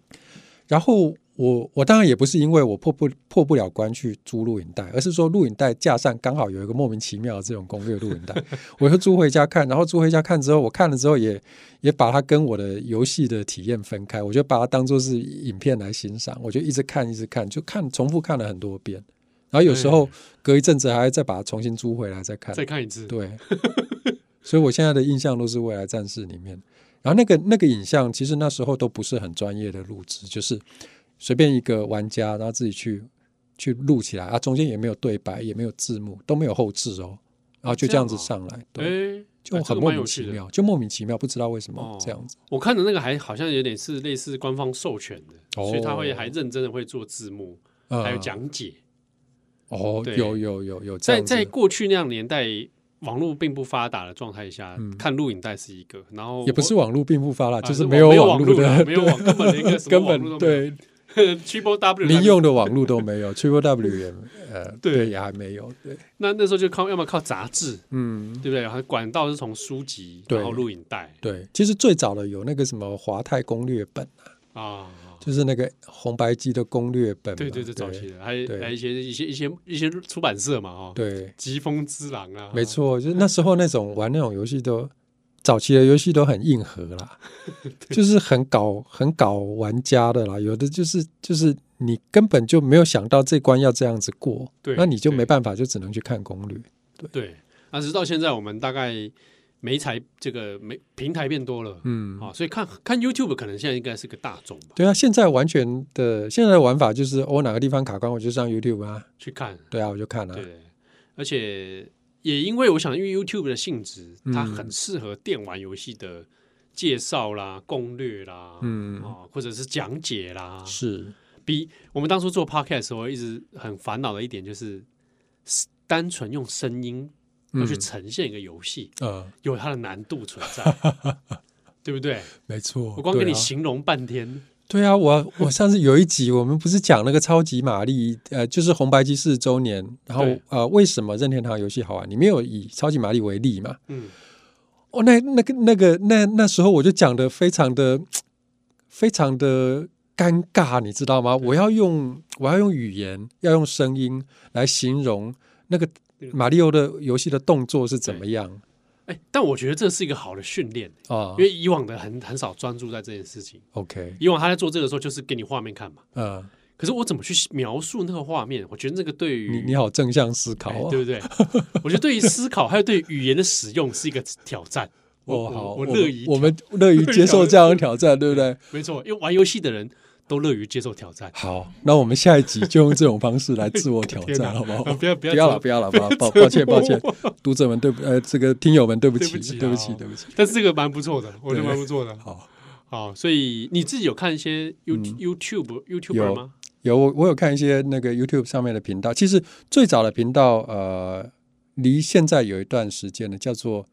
S2: 然后我我当然也不是因为我破不破不了关去租录影带，而是说录影带架上刚好有一个莫名其妙的这种攻略录影带，我就租回家看。然后租回家看之后，我看了之后也也把它跟我的游戏的体验分开，我就把它当做是影片来欣赏，我就一直看一直看，就看重复看了很多遍。然后有时候隔一阵子还会再把它重新租回来再看，
S1: 再看一次，
S2: 对， [laughs] 所以我现在的印象都是《未来战士》里面。然后那个那个影像，其实那时候都不是很专业的录制，就是随便一个玩家，然后自己去去录起来啊，中间也没有对白，也没有字幕，都没有后置哦，然后就这样子
S1: 哦这
S2: 上来，对，
S1: 哎，
S2: 就
S1: 啊这
S2: 很
S1: 个
S2: 莫
S1: 蛮有
S2: 名
S1: 趣
S2: 其
S1: 的。
S2: 妙，就莫名其妙不知道为什么
S1: 哦
S2: 这样子。
S1: 我看的那个还好像有点是类似官方授权的，
S2: 哦
S1: 所以他会还认真的会做字幕，
S2: 呃
S1: 还有讲解。
S2: 哦，
S1: 对
S2: 有有有有这
S1: 在
S2: 样子
S1: 在过去那样年代，网络并不发达的状态下，看录影带是一个，然后
S2: 嗯也不是
S1: 我
S2: 网络并不发达，
S1: 啊
S2: 就是
S1: 网没
S2: 有
S1: 网
S2: 络
S1: 啦
S2: 的，
S1: 没有
S2: [laughs]
S1: 网根本连个什么
S2: 根
S1: 网络
S2: 本
S1: 都没有
S2: 对
S1: [laughs] Triple W
S2: 民用的网络都没有 [laughs] ，Triple W 也呃
S1: 对
S2: 对也还没有，对，
S1: 那那时候就靠要么靠杂志，
S2: 嗯
S1: 对不对？然后管道是从书籍，
S2: 对
S1: 然后录影带
S2: 对，其实最早的有那个什么华泰攻略本，
S1: 啊，
S2: 就是那个红白机的攻略本嘛，
S1: 对对对，
S2: 对
S1: 早期的，还有
S2: 对
S1: 还有一些一些一些一些出版社嘛，哦，
S2: 对，
S1: 疾风之狼啊，
S2: 没，错，就是那时候那种玩那种游戏都，早期的游戏都
S1: [laughs]
S2: 很硬核啦，就是很搞很搞玩家的啦，有的就是就是你根本就没有想到这关要这样子过，
S1: 对
S2: 那你就
S1: 对
S2: 没办法，就只能去看攻略。
S1: 对，那直到现在我们大概媒材这个媒平台变多了，
S2: 嗯，
S1: 啊，所以看看 YouTube 可能现在应该是个大众吧，
S2: 对啊，现在完全的现在的玩法就是，我、哪个地方卡关，我就上 YouTube 啊，
S1: 去看，
S2: 对啊，我就看了、
S1: 对，而且也因为我想，因为 YouTube 的性质，它
S2: 嗯
S1: 很适合电玩游戏的介绍啦、攻略啦，
S2: 嗯，
S1: 啊，或者是讲解啦，
S2: 是，
S1: 比我们当初做 podcast 的时候一直很烦恼的一点就是，单纯用声音要去
S2: 嗯
S1: 呈现一个游戏，
S2: 呃，
S1: 有它的难度存在，
S2: [laughs]
S1: 对不对？
S2: 没错，
S1: 我光跟
S2: 对
S1: 你
S2: 啊
S1: 形容半天，
S2: 对啊，我我上次有一集，我们不是讲那个超级玛丽，呃，就是红白机四十周年，然后
S1: 对
S2: 呃，为什么任天堂游戏好玩？你没有以超级玛丽为例嘛？
S1: 嗯，
S2: 哦，那那个那个那那时候我就讲的非常的非常的尴尬，你知道吗？我要用我要用语言，要用声音来形容那个
S1: 那个
S2: 马里奥的游戏的动作是怎么样
S1: 哎，但我觉得这是一个好的训练，
S2: 啊
S1: 因？为以往的很很少专注在这件事情。
S2: OK，
S1: 以往他在做这个时候，就是给你画面看嘛。
S2: 呃，
S1: 可是我怎么去描述那个画面？我觉得那个对于
S2: 你你好正向思考、
S1: 哎
S2: 哦，
S1: 对
S2: [laughs]
S1: 不对？我觉得对于思考还有对于语言的使用是一个挑战。我
S2: 哦，好，
S1: 我
S2: 们
S1: 乐于
S2: 我们乐于接受这
S1: [laughs]
S2: 样的挑战，对不对？
S1: 没错，因为玩游戏的人都乐于接受挑
S2: [laughs]
S1: 战。
S2: 好，那我们下一集就用这种方式来自我挑
S1: [laughs] 天哪啊
S2: 战，好不好？
S1: 不要不
S2: 不
S1: 要
S2: 要了，
S1: 折
S2: 不要了，不要抱抱歉，
S1: 磨
S2: 抱歉， [laughs] 读者们对不呃，这个听友们对不
S1: 对
S2: 起，
S1: 不起啊
S2: 对不起，对不起。
S1: 但是这个蛮不错的，我觉得
S2: 对
S1: 蛮不错的。
S2: 好，
S1: 好，所以你自己有看一些 You YouTube YouTuber
S2: 有
S1: 吗？
S2: 有我我有看一些那个 YouTube 上面的频道，其实最早的频道呃，离现在有一段时间了，叫做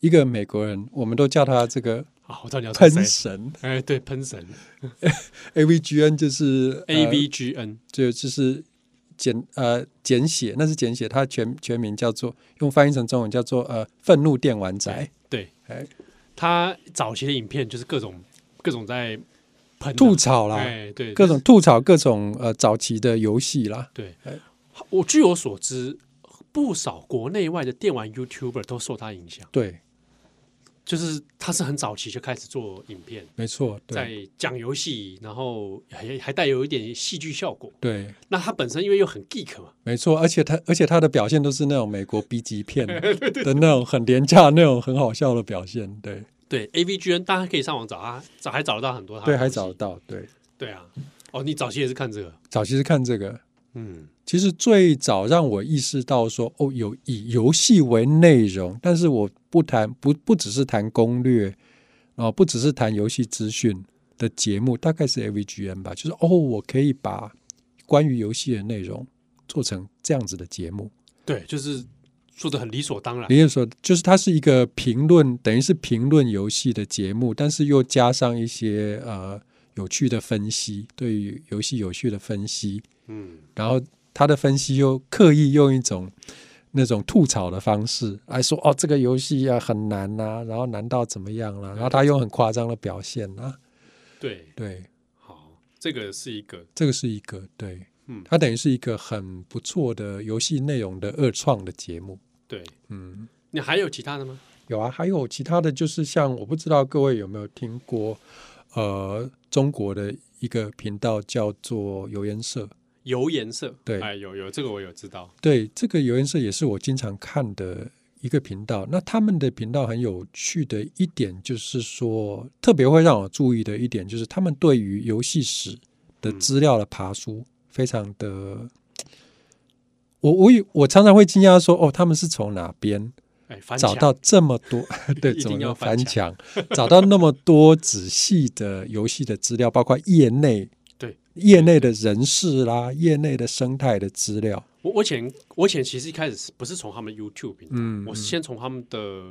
S2: 一个美国人，我们都叫他这个
S1: 啊，我知道你要说
S2: 喷
S1: 谁。
S2: 神
S1: 哎，对，喷神
S2: A V G N，就是呃
S1: A V G N，
S2: 就就是简呃简写，那是简写，它全全名叫做用翻译成中文叫做呃愤怒电玩宅，
S1: 对
S2: 哎，
S1: 他早期的影片就是各种各种在喷的
S2: 吐槽啦，
S1: 哎，对，
S2: 各种吐槽各种呃早期的游戏啦，
S1: 对
S2: 哎，
S1: 我据我所知，不少国内外的电玩 YouTuber 都受他影响，
S2: 对，
S1: 就是他是很早期就开始做影片，
S2: 没错，对
S1: 在讲游戏，然后还还带有一点戏剧效果。
S2: 对，
S1: 那他本身因为又很 geek 嘛，
S2: 没错，而且他而且他的表现都是那种美国 B 级
S1: [laughs]
S2: 片的那种很廉价那种很好笑的表现，对
S1: 对 AVGN，大家可以上网找他，找还找得到很多他的
S2: 对，
S1: 东
S2: 还
S1: 西
S2: 找得到，对，
S1: 对啊，哦，你早期也是看这个，
S2: 早期是看这个。
S1: 嗯，
S2: 其实最早让我意识到说，哦，有以游戏为内容，但是我不谈不不只是谈攻略，啊、不只是谈游戏资讯的节目，大概是 AVGN 吧，就是哦，我可以把关于游戏的内容做成这样子的节目。
S1: 对，就是做的很理所当然，
S2: 也就是说，就是它是一个评论，等于是评论游戏的节目，但是又加上一些呃有趣的分析，对于游戏有趣的分析，
S1: 嗯，
S2: 然后他的分析又刻意用一种那种吐槽的方式来说，哦，这个游戏啊很难呐、然后难到怎么样啊啦、然后他用很夸张的表现啊，
S1: 对，
S2: 对，
S1: 好，这个是一个，
S2: 这个是一个对，
S1: 嗯
S2: 它等于是一个很不错的游戏内容的二创的节目，
S1: 对，
S2: 嗯。
S1: 你还有其他的吗？
S2: 有啊，还有其他的就是像我不知道各位有没有听过，呃，中国的一个频道叫做油盐社，
S1: 油颜色，
S2: 对
S1: 哎，有有这个我有知道，
S2: 对，这个油盐社也是我经常看的一个频道。那他们的频道很有趣的一点就是说，特别会让我注意的一点就是他们对于游戏史的
S1: 嗯
S2: 资料的爬书非常的。我我以我常常会惊讶说，哦，他们是从哪边
S1: 哎，翻
S2: 找
S1: 墙
S2: 到这么多，
S1: [laughs]
S2: 对，
S1: 一
S2: 怎
S1: 定
S2: 么
S1: 要
S2: 样
S1: 翻
S2: 翻墙，找到那么多仔细的游戏的资料，包括业内
S1: 对
S2: 业内的人士啦，业内的生态的资料，
S1: 我我以前我以前其实一开始是不是从他们 YouTube 频道，
S2: 嗯
S1: 我是先从他们的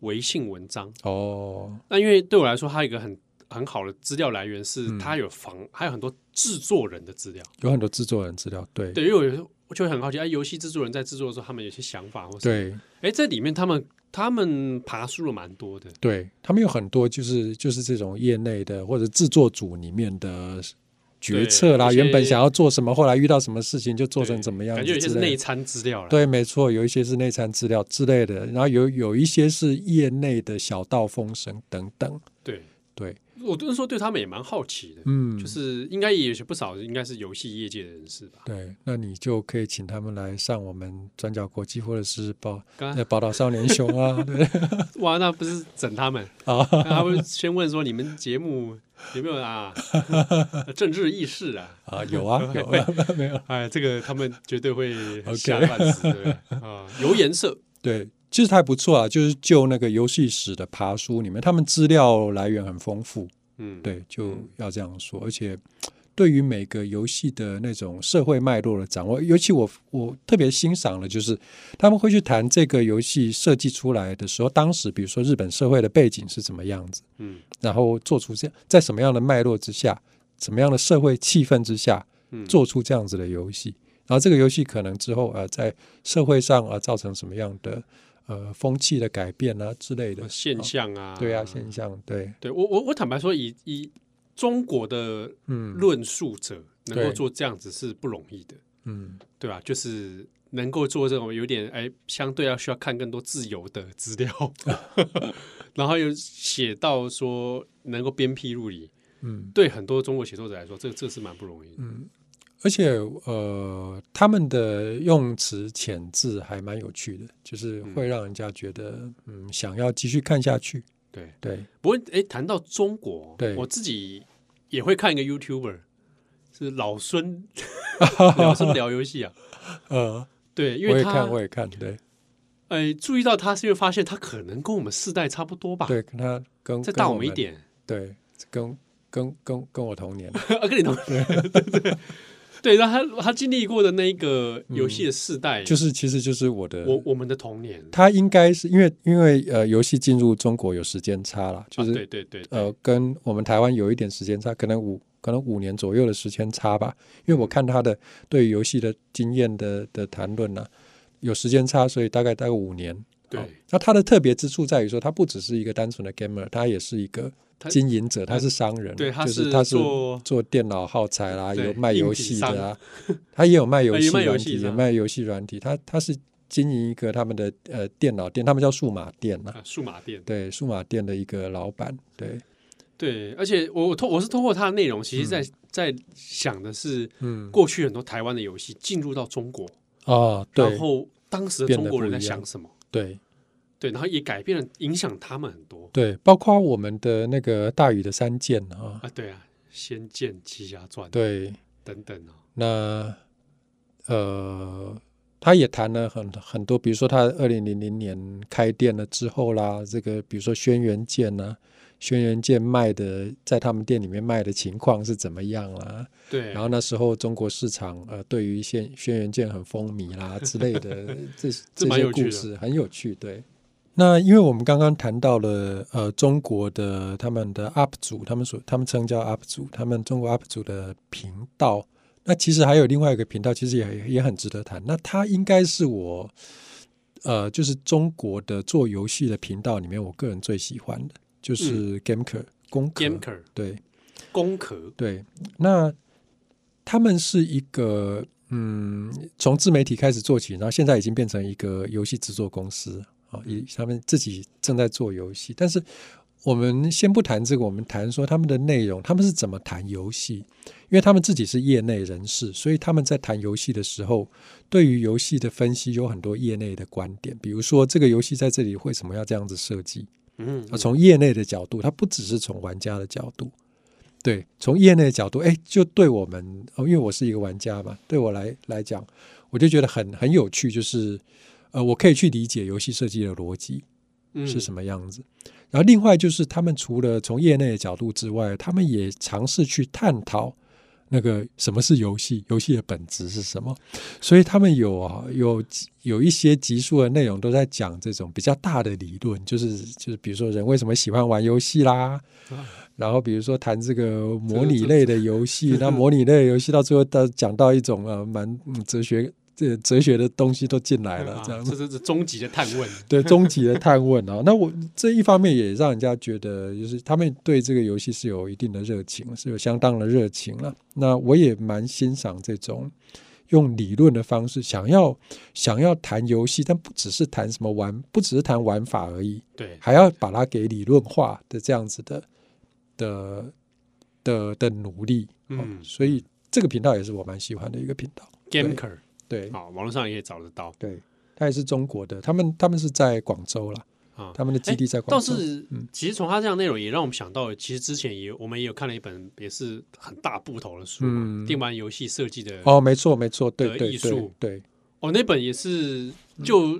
S1: 微信文章。
S2: 哦，
S1: 那因为对我来说，它有一个很很好的资料来源是
S2: 嗯
S1: 它有房，还有很多制作人的资料。
S2: 有很多制作人资料，对
S1: 对，因为我有时候我就会很好奇，哎，游戏制作人在制作的时候，他们有些想法或是，
S2: 对
S1: 哎，在里面他们他们爬书了蛮多的。
S2: 对，他们有很多就是就是这种业内的或者制作组里面的决策啦，
S1: 一些
S2: 原本想要做什么，后来遇到什么事情就做成
S1: 对
S2: 怎么样子
S1: 感
S2: 之
S1: 觉有些是
S2: 类的，
S1: 内参资料了。
S2: 对，没错，有一些是内参资料之类的，然后有有一些是业内的小道风声等等。
S1: 对
S2: 对，
S1: 我那时候对他们也蛮好奇的，
S2: 嗯，
S1: 就是应该也有不少应该是游戏业界的人士吧。
S2: 对，那你就可以请他们来上我们转角国际或者是报
S1: 刚
S2: 那宝岛少年雄啊，对不对
S1: 哇，那不是整他们，
S2: 啊，
S1: 他会先问说你们节目有没有
S2: [laughs]
S1: 啊政治意识啊？
S2: 啊，有啊，有啊，没有？
S1: 哎，这个他们绝对会
S2: OK
S1: 吓半死对啊，有颜色，
S2: 对，其实还不错啊，就是就那个游戏史的爬书里面，他们资料来源很丰富，
S1: 嗯，，
S2: 对，就
S1: 嗯
S2: 要这样说，而且。对于每个游戏的那种社会脉络的掌握，尤其我我特别欣赏的就是他们会去谈这个游戏设计出来的时候，当时比如说日本社会的背景是怎么样子，
S1: 嗯
S2: 然后做出这样在什么样的脉络之下，什么样的社会气氛之下，
S1: 嗯，
S2: 做出这样子的游戏。然后这个游戏可能之后啊、呃在社会上啊、呃造成什么样的呃风气的改变啊之类的
S1: 现
S2: 哦
S1: 象啊，
S2: 对啊，现象对，
S1: 对我我我坦白说，以以中国的
S2: 嗯
S1: 论述者能够
S2: 对
S1: 做这样子是不容易的，
S2: 嗯，
S1: 对吧？就是能够做这种有点哎，相对要需要看更多自由的资
S2: [laughs]
S1: 料，然后又写到说能够鞭辟入里，
S2: 嗯，
S1: 对很多中国写作者来说，这这是蛮不容易的。
S2: 而且呃，他们的用词遣字还蛮有趣的，就是
S1: 嗯
S2: 会让人家觉得嗯想要继续看下去。
S1: 对，
S2: 对，
S1: 不过哎，谈到中国，
S2: 对
S1: 我自己也会看一个 YouTuber，是老
S2: [laughs]
S1: 孙，老孙聊游戏啊，
S2: 呃，
S1: 对，因
S2: 我
S1: 为
S2: 也
S1: 他
S2: 看，我也看，对
S1: 哎，注意到他是因为发现他可能跟我们世代差不多吧，
S2: 对，跟他跟
S1: 啊再
S2: 跟
S1: 大我们一点，
S2: 对，跟跟跟跟我同年，
S1: 啊，跟你同对对对，然后他他经历过的那一个游戏的世代，
S2: 就是其实就是我的
S1: 我我们的童年，
S2: 他应该是因为因为呃，游戏进入中国有时间差啦，就是、
S1: 啊、对对对，对
S2: 呃，跟我们台湾有一点时间差，可能五可能五年左右的时间差吧。因为我看他的对于游戏的经验的的谈论呢、有时间差，所以大概大概五年。
S1: 对
S2: 哦那他的特别之处在于说，他不只是一个单纯的 gamer，他也是一个
S1: 他
S2: 经营者，他是商人，
S1: 对他
S2: 就是他是
S1: 做
S2: 做电脑耗材啦，
S1: 对
S2: 有卖游戏的啊，他也有
S1: [laughs]
S2: 卖游
S1: 呃
S2: 戏
S1: 也卖游
S2: 软
S1: 戏
S2: 体，
S1: 的
S2: 也卖游戏软体，他他是经营一个他们的呃电脑店，他们叫数码店呐、
S1: 啊，数码店，
S2: 对，数码店的一个老板，对，
S1: 对，而且我我通我是通过他的内容，其实在、在想的是
S2: 嗯，
S1: 过去很多台湾的游戏进入到中国，
S2: 哦，对
S1: 然后当时的
S2: 变
S1: 中
S2: 得
S1: 国人
S2: 不
S1: 在
S2: 一样
S1: 想什么，
S2: 对
S1: 对，然后也改变了影响他们很多
S2: 对，包括我们的那个大禹的三剑啊，
S1: 啊，对啊，《仙剑奇侠传》
S2: 对，
S1: 等等啊，
S2: 那呃，他也谈了很很多，比如说他二零零零年开店了之后啦，这个比如说轩辕剑呐、轩辕剑卖的在他们店里面卖的情况是怎么样啦？
S1: 对，
S2: 然后那时候中国市场呃，对于一些轩辕剑很风
S1: [laughs]
S2: 靡啦之类的，这
S1: 这蛮
S2: 些
S1: 有趣
S2: 故
S1: 的
S2: 事很有趣，对。那因为我们刚刚谈到了呃，中国的他们的 UP 主，他们所他们称叫 UP 主，他们中国 UP 主的频道。那其实还有另外一个频道，其实也也很值得谈。那它应该是我呃，就是中国的做游戏的频道里面，我个人最喜欢的就是
S1: 嗯
S2: Gameker、工壳
S1: Gameker
S2: 对。
S1: 工壳，
S2: 对，那他们是一个嗯，从自媒体开始做起，然后现在已经变成一个游戏制作公司啊，以他们自己正在做游戏。但是我们先不谈这个，我们谈说他们的内容，他们是怎么谈游戏，因为他们自己是业内人士，所以他们在谈游戏的时候，对于游戏的分析有很多业内的观点，比如说这个游戏在这里为什么要这样子设计，
S1: 嗯，
S2: 啊，从业内的角度，它不只是从玩家的角度，对，从业内的角度，哎，就对我们，哦，因为我是一个玩家嘛，对我来来讲，我就觉得很很有趣，就是呃，我可以去理解游戏设计的逻辑
S1: 嗯
S2: 是什么样子。然后另外就是，他们除了从业内的角度之外，他们也尝试去探讨。那个什么是游戏？游戏的本质是什么？所以他们有啊，有有一些集数的内容都在讲这种比较大的理论，就是就是比如说人为什么喜欢玩游戏啦，
S1: 啊
S2: 然后比如说谈这个模
S1: 这
S2: 拟
S1: 个
S2: 类的游戏，那模拟类的游戏到最后到讲到一种呃蛮嗯哲学这哲学的东西都进来
S1: [laughs]
S2: 了
S1: 啊，
S2: 这样
S1: 这这是终极的探
S2: [laughs]
S1: 问，
S2: 对，终极的探问啊。那我这一方面也让人家觉得，就是他们对这个游戏是有一定的热情，是有相当的热情了、那我也蛮欣赏这种用理论的方式，想要想要谈游戏，但不只是谈什么玩，不只是谈玩法而已，
S1: 对，
S2: 还要把它给理论化的这样子的的的的努力。
S1: 嗯
S2: 所以这个频道也是我蛮喜欢的一个频道。
S1: ，Gameker，
S2: 对，
S1: 好，啊网络上也可以找得到
S2: 对，它也是中国的，他们他们是在广州啦，
S1: 啊。
S2: 他们的基地在广
S1: 倒
S2: 州。
S1: 是
S2: 嗯，
S1: 其实从他这样内容也让我们想到，其实之前也我们也有看了一本也是很大部头的书嘛，
S2: 嗯
S1: 电玩游戏设计的
S2: 哦，没错没错，对
S1: 的
S2: 对
S1: 艺
S2: 对
S1: 术
S2: 对
S1: 哦，那本也是
S2: 嗯
S1: 就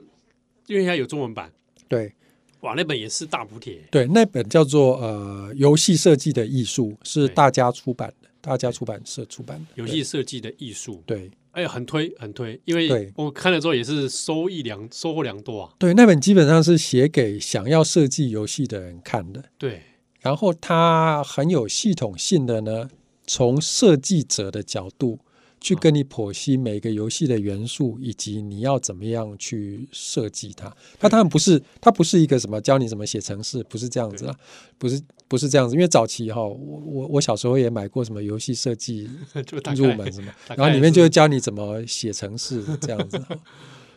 S1: 因为它有中文版，
S2: 对
S1: 哇，那本也是大补帖，
S2: 对，那本叫做呃《游戏设计的艺术》，是
S1: 对
S2: 大家出版的，大家出版社出版的
S1: 游戏设计的艺术，
S2: 对。对
S1: 哎，很推很推，因
S2: 对
S1: 为我看了之后也是收益良收获良多啊。
S2: 对，那本基本上是写给想要设计游戏的人看的，
S1: 对， [laughs]
S2: 然后它很有系统性的呢，从设计者的角度去跟你剖析每个游戏的元素，以及你要怎么样去设计它。它当然不是，它不是一个什么教你怎么写程式，不是这样子啦，啊不是不是这样子。因为早期哈、我我我小时候也买过什么游戏设计
S1: 就大概
S2: 入门什么，
S1: [laughs] 大概
S2: 然后里面就会
S1: 是
S2: 教你怎么写程式这样
S1: [laughs]
S2: 子。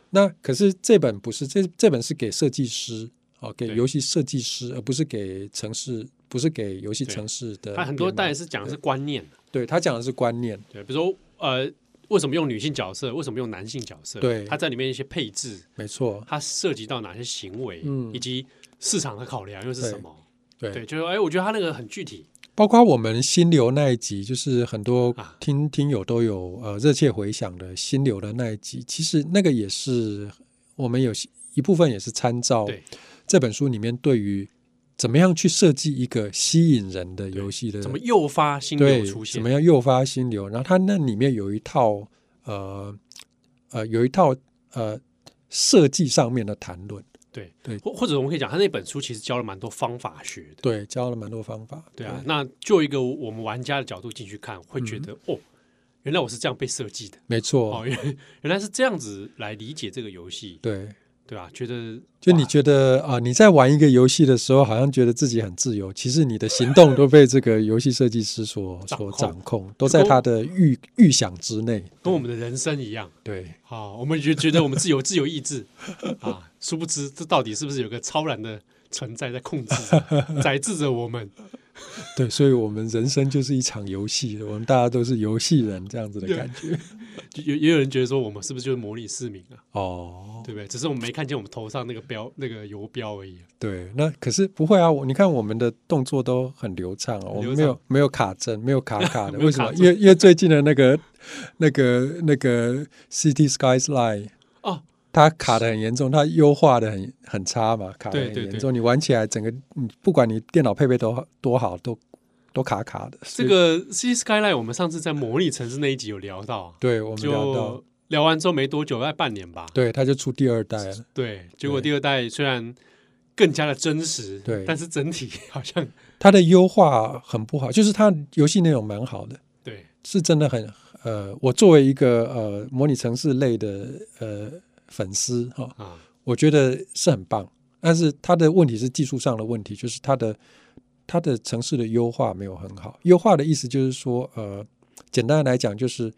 S2: 那可是这本不是，这这本是给设计师哦，给
S1: 对
S2: 游戏设计师，而不是给城市，不是给游戏
S1: 对
S2: 城市的编码。
S1: 它很多当然是讲的是观念，啊
S2: 对他讲的是观念，
S1: 对，比如说呃，为什么用女性角色，为什么用男性角色，
S2: 对
S1: 它在里面一些配置，
S2: 没错，
S1: 它涉及到哪些行为，
S2: 嗯
S1: 以及市场的考量又是
S2: 对
S1: 什么？
S2: 对，
S1: 对，就是哎，我觉得他那个很具体，
S2: 包括我们心流那一集，就是很多
S1: 啊
S2: 听听友都有呃热切回想的心流的那一集，其实那个也是我们有一部分也是参照
S1: 对
S2: 这本书里面对于怎么样去设计一个吸引人的游戏的
S1: 怎么诱发心
S2: 对
S1: 流出
S2: 怎
S1: 现
S2: 么？样诱发心流，然后它那里面有一套呃呃有一套呃设计上面的谈论，
S1: 对
S2: 对
S1: 或或者我们可以讲，他那本书其实教了蛮多方法学的。
S2: 对，教了蛮多方法，
S1: 对啊，那就一个我们玩家的角度进去看，会
S2: 嗯
S1: 觉得、哦，原来我是这样被设计的，
S2: 没错，
S1: 哦，原原来是这样子来理解这个游戏，
S2: 对。
S1: 对吧、觉得
S2: 就你
S1: 哇
S2: 觉得啊、你在玩一个游戏的时候，好像觉得自己很自由，其实你的行动都被这个游戏设计师所
S1: 掌
S2: 所
S1: 控
S2: 掌控，都在他的预预想之内。
S1: 跟我们的人生一样，
S2: 对，
S1: 啊，我们觉觉得我们自由自由意志啊，殊不知这到底是不是有个超然的存在在控制
S2: [laughs]
S1: 着、宰制着我们？
S2: [laughs] 对，所以我们人生就是一场游戏，我们大家都是游戏人这样子的感觉。
S1: 就有也有人觉得说，我们是不是就是模拟市民啊？
S2: 哦，
S1: 对不对？只是我们没看见我们头上那个标、那个游标而已啊、
S2: 对，那可是不会啊，我你看我们的动作都很流畅哦，我
S1: 流畅
S2: 们没有没有卡针，没有卡卡的，
S1: 没有
S2: 为什
S1: 卡
S2: 么？
S1: 针
S2: 因为因为最近的那个那个那个 City Skyline
S1: 哦，
S2: 它卡的很严重，它优化的很很差嘛，卡的
S1: 对
S2: 很
S1: 对
S2: 严
S1: 对
S2: 重。你玩起来整个，你不管你电脑配备多好多好，都都卡卡的。
S1: 这
S2: 所以
S1: 个 C Skyline 我们上次在模拟城市那一集有聊到啊，
S2: 对我们聊到
S1: 就，聊完之后没多久，在半年吧，
S2: 对，它就出第二代了。
S1: 对，结果
S2: 对
S1: 第二代虽然更加的真实，
S2: 对
S1: 但是整体好像
S2: 它的优化很不好，就是它游戏内容蛮好的，
S1: 对
S2: 是真的很呃，我作为一个呃模拟城市类的呃粉丝哈、
S1: 啊，
S2: 我觉得是很棒，但是它的问题是技术上的问题，就是它的它的城市的优化没有很好。优化的意思就是说，呃，简单的来讲就是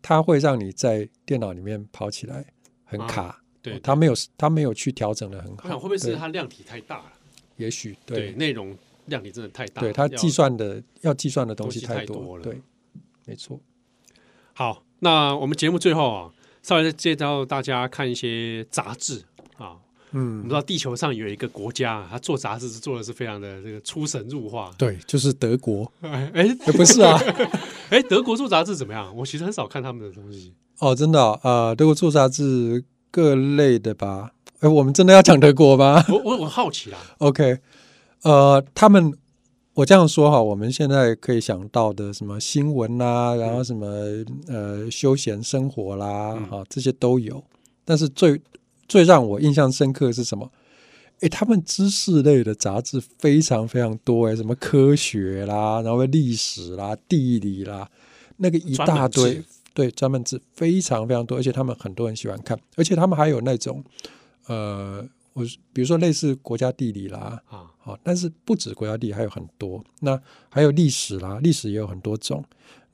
S2: 它会让你在电脑里面跑起来很卡，
S1: 啊对
S2: 哦它没有它没有去调整的很
S1: 我想
S2: 好，
S1: 会不会是
S2: 对
S1: 它量体太大了？
S2: 也许
S1: 对，
S2: 对
S1: 内容量体真的太大了，
S2: 对它
S1: 要
S2: 计算的要计算的东
S1: 东
S2: 西
S1: 西
S2: 太
S1: 太多了
S2: 对，没错，
S1: 好。那我们节目最后啊，稍微再介绍大家看一些杂志啊。我们
S2: 嗯
S1: 知。道地球上有一个国家啊，它做杂志是做的是非常的这个出神入化。
S2: 对，就是德国，
S1: [laughs] 哎哎
S2: 呃不是啊，
S1: 哎，德国做杂志怎么样？我其实很少看他们的东西。
S2: 哦，真的哦、呃，德国做杂志各类的吧？哎，我们真的要讲德国吗？
S1: 我我我好奇啦，
S2: OK，呃，他们我这样说哈，我们现在可以想到的什么新闻啦、然后什么呃休闲生活啦，
S1: 嗯
S2: 哈、这些都有。但是最最让我印象深刻的是什么？诶，他们知识类的杂志非常非常多诶，什么科学啦，然后历史啦、地理啦，那个一
S1: 专
S2: 大
S1: 门制
S2: 堆，对，专门字非常非常多，而且他们很多人喜欢看，而且他们还有那种呃，我是比如说类似国家地理啦，
S1: 啊，
S2: 好、但是不止国家地理，还有很多。那还有历史啦，历史也有很多种。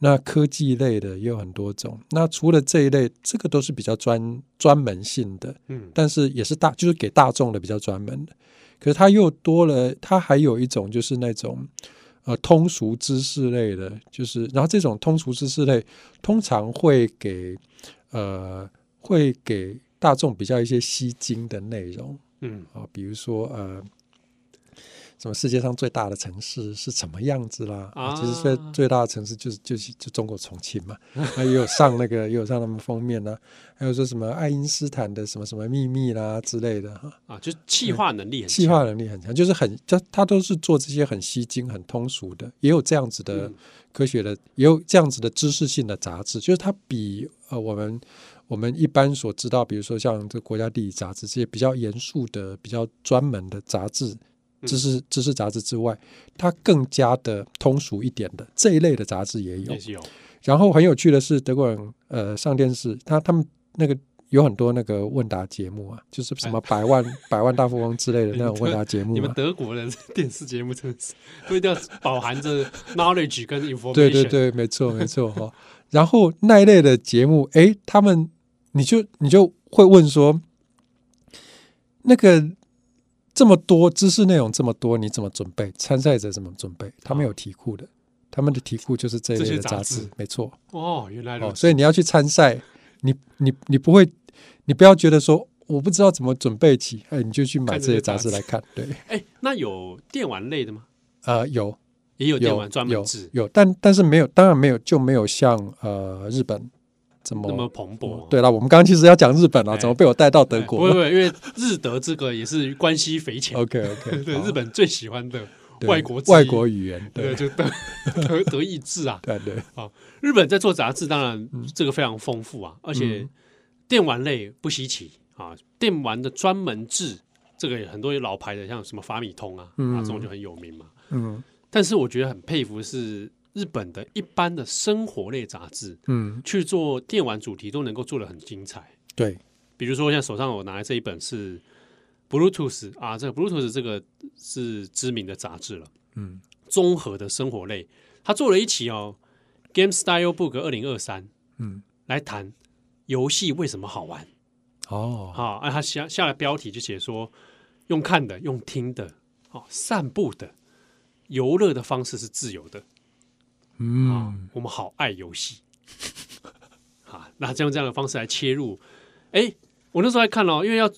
S2: 那科技类的也有很多种。那除了这一类，这个都是比较专专门性的，
S1: 嗯，
S2: 但是也是大，就是给大众的比较专门的。可是它又多了，它还有一种就是那种，呃通俗知识类的，就是然后这种通俗知识类通常会给呃会给大众比较一些吸睛的内容
S1: 嗯
S2: 啊，比如说呃。什么世界上最大的城市是什么样子啦？其实最
S1: 啊
S2: 最大的城市就是就是就中国重庆嘛， [laughs] 啊也有上那个也有上他们封面啦、还有说什么爱因斯坦的什么什么秘密啦之类的哈。
S1: 啊，就是气化能力很
S2: 计
S1: 强
S2: 嗯划能力很强，就是很他他都是做这些很吸睛、很通俗的，也有这样子的
S1: 嗯
S2: 科学的，也有这样子的知识性的杂志，就是它比呃我们我们一般所知道，比如说像这《国家地理》杂志这些比较严肃的、比较专门的杂志。
S1: 嗯
S2: 知识知识杂志之外，它更加的通俗一点的这一类的杂志也有
S1: 也，是有
S2: 然后很有趣的是，德国人呃上电视，他他们那个有很多那个问答节目啊，就是什么百万、 [laughs] 百万大富翁之类的那种问答节目
S1: 哎
S2: 啊
S1: 你们
S2: 嘛。
S1: 德国的 [laughs] 电视节目真的是都一定要饱含着 knowledge 跟 information。
S2: 对对，对，没错没错哈、然后那一类的节目，诶，他们你就你就会问说，那个这么多知识内容这么多，你怎么准备？参赛者怎么准备？他们有题库的，他们的题库就是这一
S1: 哦这
S2: 类
S1: 些
S2: 的
S1: 杂
S2: 杂
S1: 志
S2: 志，没错。
S1: 哦，原来如
S2: 哦，
S1: 此。
S2: 所以你要去参赛，你你你不会，你不要觉得说我不知道怎么准备起，哎，你就去买
S1: 看这
S2: 这些
S1: 些
S2: 杂
S1: 杂
S2: 志来看。对，
S1: 哎，那有电玩类的吗？
S2: 呃，有
S1: 也有电
S2: 有
S1: 玩专门
S2: 有
S1: 制，
S2: 有，但但是没有，当然没有，就没有像呃日本怎
S1: 那么
S2: 么。
S1: 蓬
S2: 哦
S1: 勃。
S2: 对了，我们刚刚其实要讲日本啊，
S1: 哎
S2: 怎么被我带到德
S1: 哎，不
S2: 国
S1: 会不会，因为日德这个也是关系匪浅，
S2: o k
S1: [laughs]
S2: OK，
S1: 对日本最喜欢的外国之一
S2: 外国语言，
S1: 对，
S2: 对
S1: 就德德德意志啊。
S2: 对对，
S1: 日本在做杂志，当然
S2: 嗯
S1: 这个非常丰富啊，而且电玩类不稀奇啊，电玩的专门制，这个有很多有老牌的，像什么法米通啊，
S2: 嗯
S1: 啊这种就很有名嘛。
S2: 嗯
S1: 但是我觉得很佩服是日本的一般的生活类杂志
S2: 嗯，
S1: 去做电玩主题都能够做的很精彩。
S2: 对，
S1: 比如说，像手上我拿的这一本是 Bluetooth 啊，这个 Bluetooth 这个是知名的杂志了，
S2: 嗯
S1: 综合的生活类，他做了一期哦，Game Style Book 二零二三
S2: 嗯，
S1: 来谈游戏为什么好玩
S2: 哦，
S1: 啊，啊，他下下了标题就写说，用看的，用听的，哦，散步的，游乐的方式是自由的啊，
S2: 嗯
S1: 我们好爱游戏， [laughs] 啊，那就用这样的方式来切入，哎，我那时候还看了、哦，因为要。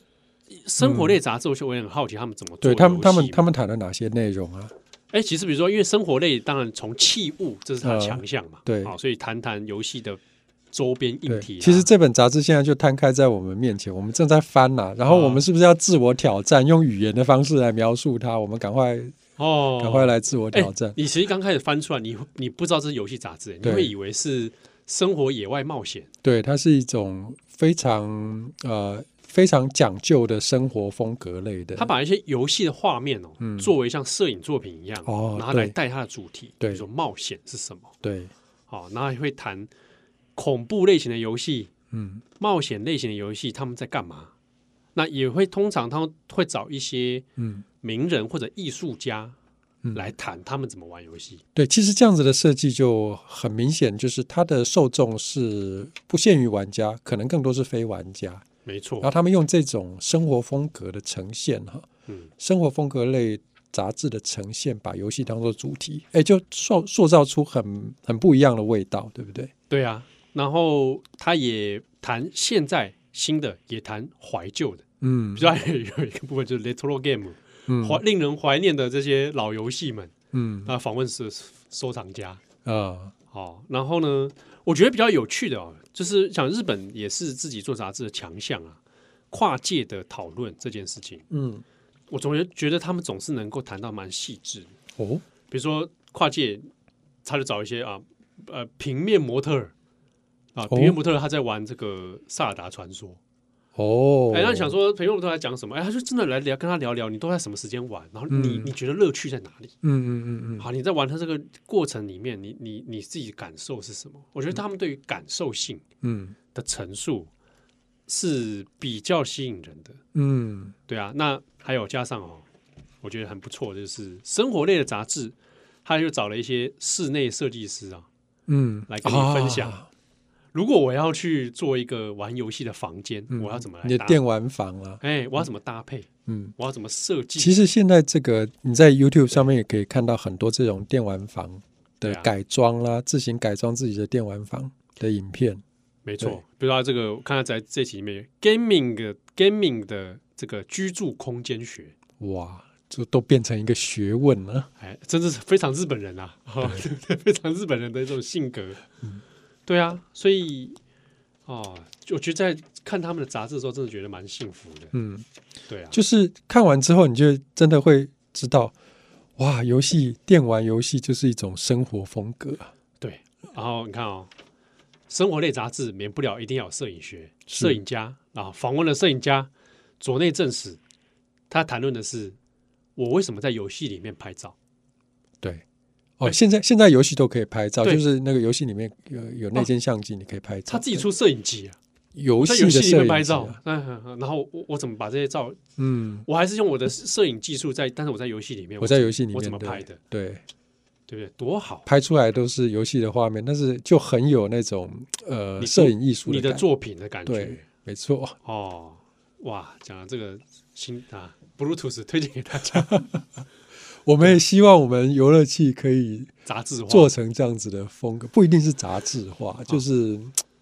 S1: 生活类杂志，我就我也很好奇他们怎么做
S2: 对
S1: 游戏嘛。
S2: 他们他们他们谈了哪些内容啊？
S1: 哎，其实比如说，因为生活类当然从器物这是它的强项嘛，
S2: 呃
S1: 哦
S2: 对
S1: 好、所以谈谈游戏的周边硬
S2: 对，
S1: 体、啊。
S2: 其实这本杂志现在就摊开在我们面前，我们正在翻呐、然后
S1: 嗯
S2: 我们是不是要自我挑战，用语言的方式来描述它？我们赶快
S1: 哦，哎
S2: 赶快来自我挑战。
S1: 你其实刚开始翻出来，你你不知道这是游戏杂志，你
S2: 对
S1: 会以为是生活野外冒险。
S2: 对，它是一种非常呃非常讲究的生活风格类的。
S1: 他把一些游戏的画面哦，
S2: 嗯
S1: 作为像摄影作品一样，
S2: 哦
S1: 拿来
S2: 对
S1: 带它的主题，
S2: 对
S1: 比如说冒险是什么，
S2: 对，
S1: 好、然后也会谈恐怖类型的游戏，
S2: 嗯
S1: 冒险类型的游戏他们在干嘛。那也会通常他们会找一些
S2: 嗯
S1: 名人或者艺术家
S2: 嗯，
S1: 来谈他们怎么玩游戏。
S2: 对，其实这样子的设计就很明显，就是它的受众是不限于玩家，可能更多是非玩家。
S1: 没
S2: 然后
S1: 错，
S2: 他们用这种生活风格的呈现哈，
S1: 嗯，
S2: 生活风格类杂志的呈现，把游戏当做主题，哎，就塑塑造出很很不一样的味道，对不对？
S1: 对啊。然后他也谈现在新的，也谈怀旧的。
S2: 嗯
S1: 比如说还有一个部分就是 retro game，
S2: 嗯
S1: 怀令人怀念的这些老游戏们
S2: 嗯
S1: 啊，访问是收藏家
S2: 啊
S1: 哦。然后呢，我觉得比较有趣的哦，就是像日本也是自己做杂志的强项啊，跨界的讨论这件事情，
S2: 嗯
S1: 我总觉觉得他们总是能够谈到蛮细致的。
S2: 哦
S1: 比如说跨界，他就找一些啊呃平面模特儿啊，平面模特儿他在玩这个《萨尔达传说》
S2: 哦，
S1: 哎，那你想说平面模特儿在讲什么？哎，他就真的来聊，跟他聊聊，你都在什么时间玩，然后你、
S2: 嗯
S1: 你觉得乐趣在哪里？
S2: 嗯嗯嗯嗯
S1: 好，你在玩他这个过程里面，你你你自己感受是什么？我觉得他们对于感受性
S2: 嗯
S1: 的陈述是比较吸引人的，
S2: 嗯
S1: 对啊。那还有加上哦，我觉得很不错，就是生活类的杂志，他就找了一些室内设计师啊。
S2: 嗯，
S1: 来跟你分享
S2: 啊
S1: 如果我要去做一个玩游戏的房间，
S2: 嗯
S1: 我要怎么
S2: 你
S1: 来
S2: 的
S1: 搭？
S2: 电玩房啦、
S1: 哎，我要怎么搭配？
S2: 嗯，
S1: 我要怎么设计？
S2: 其实现在这个你在 YouTube 上面也可以看到很多这种电玩房的
S1: 对啊
S2: 改装啦，自行改装自己的电玩房的影片。
S1: 没
S2: 对
S1: 错，比如说这个，我看到在这集里面有 gaming 的 gaming 的这个居住空间学，
S2: 哇，这都变成一个学问了。
S1: 哎，真的是非常日本人啊，哦、对不对？ [laughs] 非常日本人的一种性格。
S2: 嗯
S1: 对啊，所以哦，就我觉得在看他们的杂志的时候，真的觉得蛮幸福的。
S2: 嗯，
S1: 对啊，
S2: 就是看完之后，你就真的会知道，哇，游戏电玩游戏就是一种生活风格啊。
S1: 对。然后你看哦，生活类杂志免不了一定要有摄影学、
S2: 是
S1: 摄影家啊，访问了摄影家佐内正史，他谈论的是我为什么在游戏里面拍照。
S2: 对。哦，
S1: 对
S2: 现在现在游戏都可以拍照，
S1: 对
S2: 就是那个游戏里面有有内
S1: 哦
S2: 建相机，你可以拍照。
S1: 他自己出摄影集啊，
S2: 游
S1: 在
S2: 戏
S1: 游
S2: 的
S1: 戏里
S2: 摄
S1: 面
S2: 影
S1: 拍
S2: 机
S1: 照
S2: 啊，
S1: 嗯，嗯嗯然后我我怎么把这些照？
S2: 嗯，
S1: 我还是用我的摄影技术在，但是我在游戏里面，
S2: 我在游戏里
S1: 我怎
S2: 面
S1: 么拍的，
S2: 对，
S1: 对不对？多好！
S2: 拍出来都是游戏的画面，但是就很有那种呃
S1: 你
S2: 摄影艺术
S1: 你的
S2: 感
S1: 作品的感觉
S2: 对，没错，
S1: 哦，哇，讲了这个新啊，Bluetooth 推荐给大家
S2: 我们也希望我们游乐器可以
S1: 杂志化
S2: 做成这样子的风格，不一定是杂志化，就是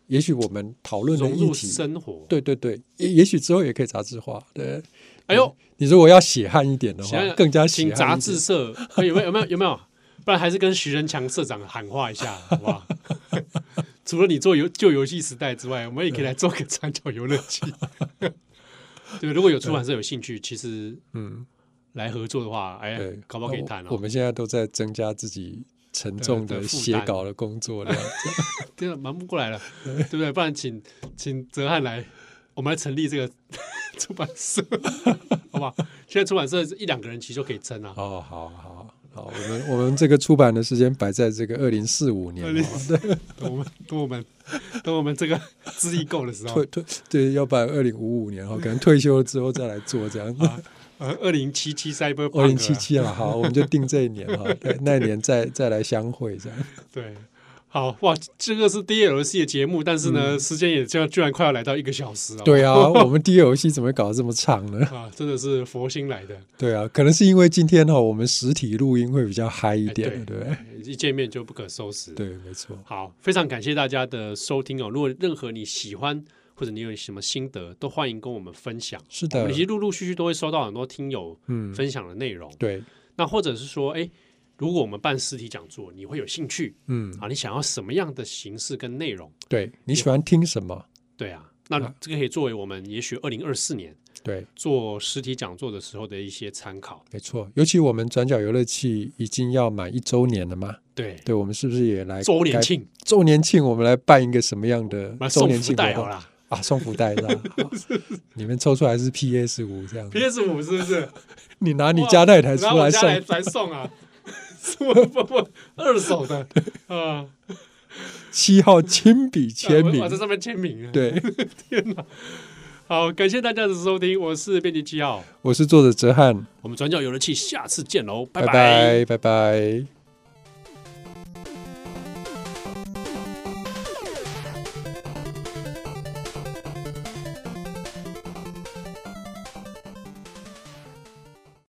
S2: 也许我们讨论的
S1: 啊融
S2: 议
S1: 入
S2: 题，
S1: 生活。，
S2: 对对对，也也许之后也可以杂志化。对，
S1: 哎呦，
S2: 你如果要血汗一点的
S1: 行
S2: 话
S1: 啊，
S2: 更加血汗
S1: 请
S2: 一
S1: 杂
S2: 点
S1: 志社哎有没有有没有有没有？不然还是跟徐仁强社长喊话一下，好不好？ [laughs] 除了你做游旧游戏时代之外，我们也可以来做个长角游乐器。 [laughs] 对，如果有出版社有兴趣，其实
S2: 嗯，
S1: 来合作的话，哎
S2: 对，，
S1: 搞不好可以谈
S2: 我我
S1: 哦。
S2: 们现在都在增加自己沉重
S1: 的
S2: 的
S1: 负
S2: 写
S1: 担
S2: 稿的工作量。 [laughs]
S1: 真的忙不过来了，对不对？不然请请泽汉来，我们来成立这个 [laughs] 出版社， [laughs] 好不好？现在出版社一两个人其实就可以撑啊。
S2: 哦，好好好，我们我们这个出版的时间摆在这个二零四五年 [laughs] 哦，
S1: 等我们等我们等我们这个资历够的时候
S2: 退，退对，要不然二零五五年哦，可能退休了之后再来做这样子。
S1: 呃，二零七七啊 Cyber
S2: 二零七，七了，好，我们就定这一年哈，
S1: [laughs]
S2: 对那一年再再来相会这样。
S1: 对。好哇，这个是 DLC 的节目，但是呢，时间也这样，居然快要来到一个小时啊！
S2: 嗯对啊，我们第一游戏怎么搞得这么长
S1: [laughs]
S2: 呢？
S1: 啊，真的是佛心来的，
S2: 对啊，可能是因为今天哈，我们实体录音会比较嗨一
S1: 哎
S2: 点，
S1: 对
S2: 对不对？
S1: 一见面就不可收拾。
S2: 对，没错。
S1: 好，非常感谢大家的收听哦。如果任何你喜欢或者你有什么心得，都欢迎跟我们分享。
S2: 是
S1: 我
S2: 的
S1: 们，其实陆陆续续都会收到很多听友
S2: 嗯，
S1: 分享的内容。
S2: 对，
S1: 那或者是说，哎，如果我们办实体讲座，你会有兴趣
S2: 嗯，
S1: 啊？你想要什么样的形式跟内容？
S2: 对，你喜欢听什么？
S1: 对啊，那
S2: 啊
S1: 这个可以作为我们也许二零二四年
S2: 对，
S1: 做实体讲座的时候的一些参考。
S2: 没错。尤其我们转角游乐器已经要满一周年了嘛，
S1: 对，
S2: 对，我们是不是也来
S1: 周年
S2: 该？
S1: 庆，
S2: 周年庆，我们来办一个什么样的
S1: 我们
S2: 周
S1: 送
S2: 年
S1: 福
S2: 庆活
S1: 袋好
S2: 动
S1: 啦。
S2: 啊？送福袋
S1: [laughs]
S2: 是吧？好你们抽出来是 PS 五这样子，
S1: PS 五是不
S2: [laughs]
S1: 是？
S2: 你拿你家那台出
S1: 然后我
S2: 来
S1: 家
S2: 送
S1: 来，来送啊，是我不不二手
S2: [laughs]
S1: 的啊，
S2: 七号亲笔签
S1: 呃我 [laughs]
S2: 名
S1: 我，在上面签名啊。，
S2: 对，
S1: 好，感谢大家的收听，我是编辑七号，
S2: 我是作者哲翰，
S1: 我们转角有人气，下次见喽，拜
S2: 拜拜。拜拜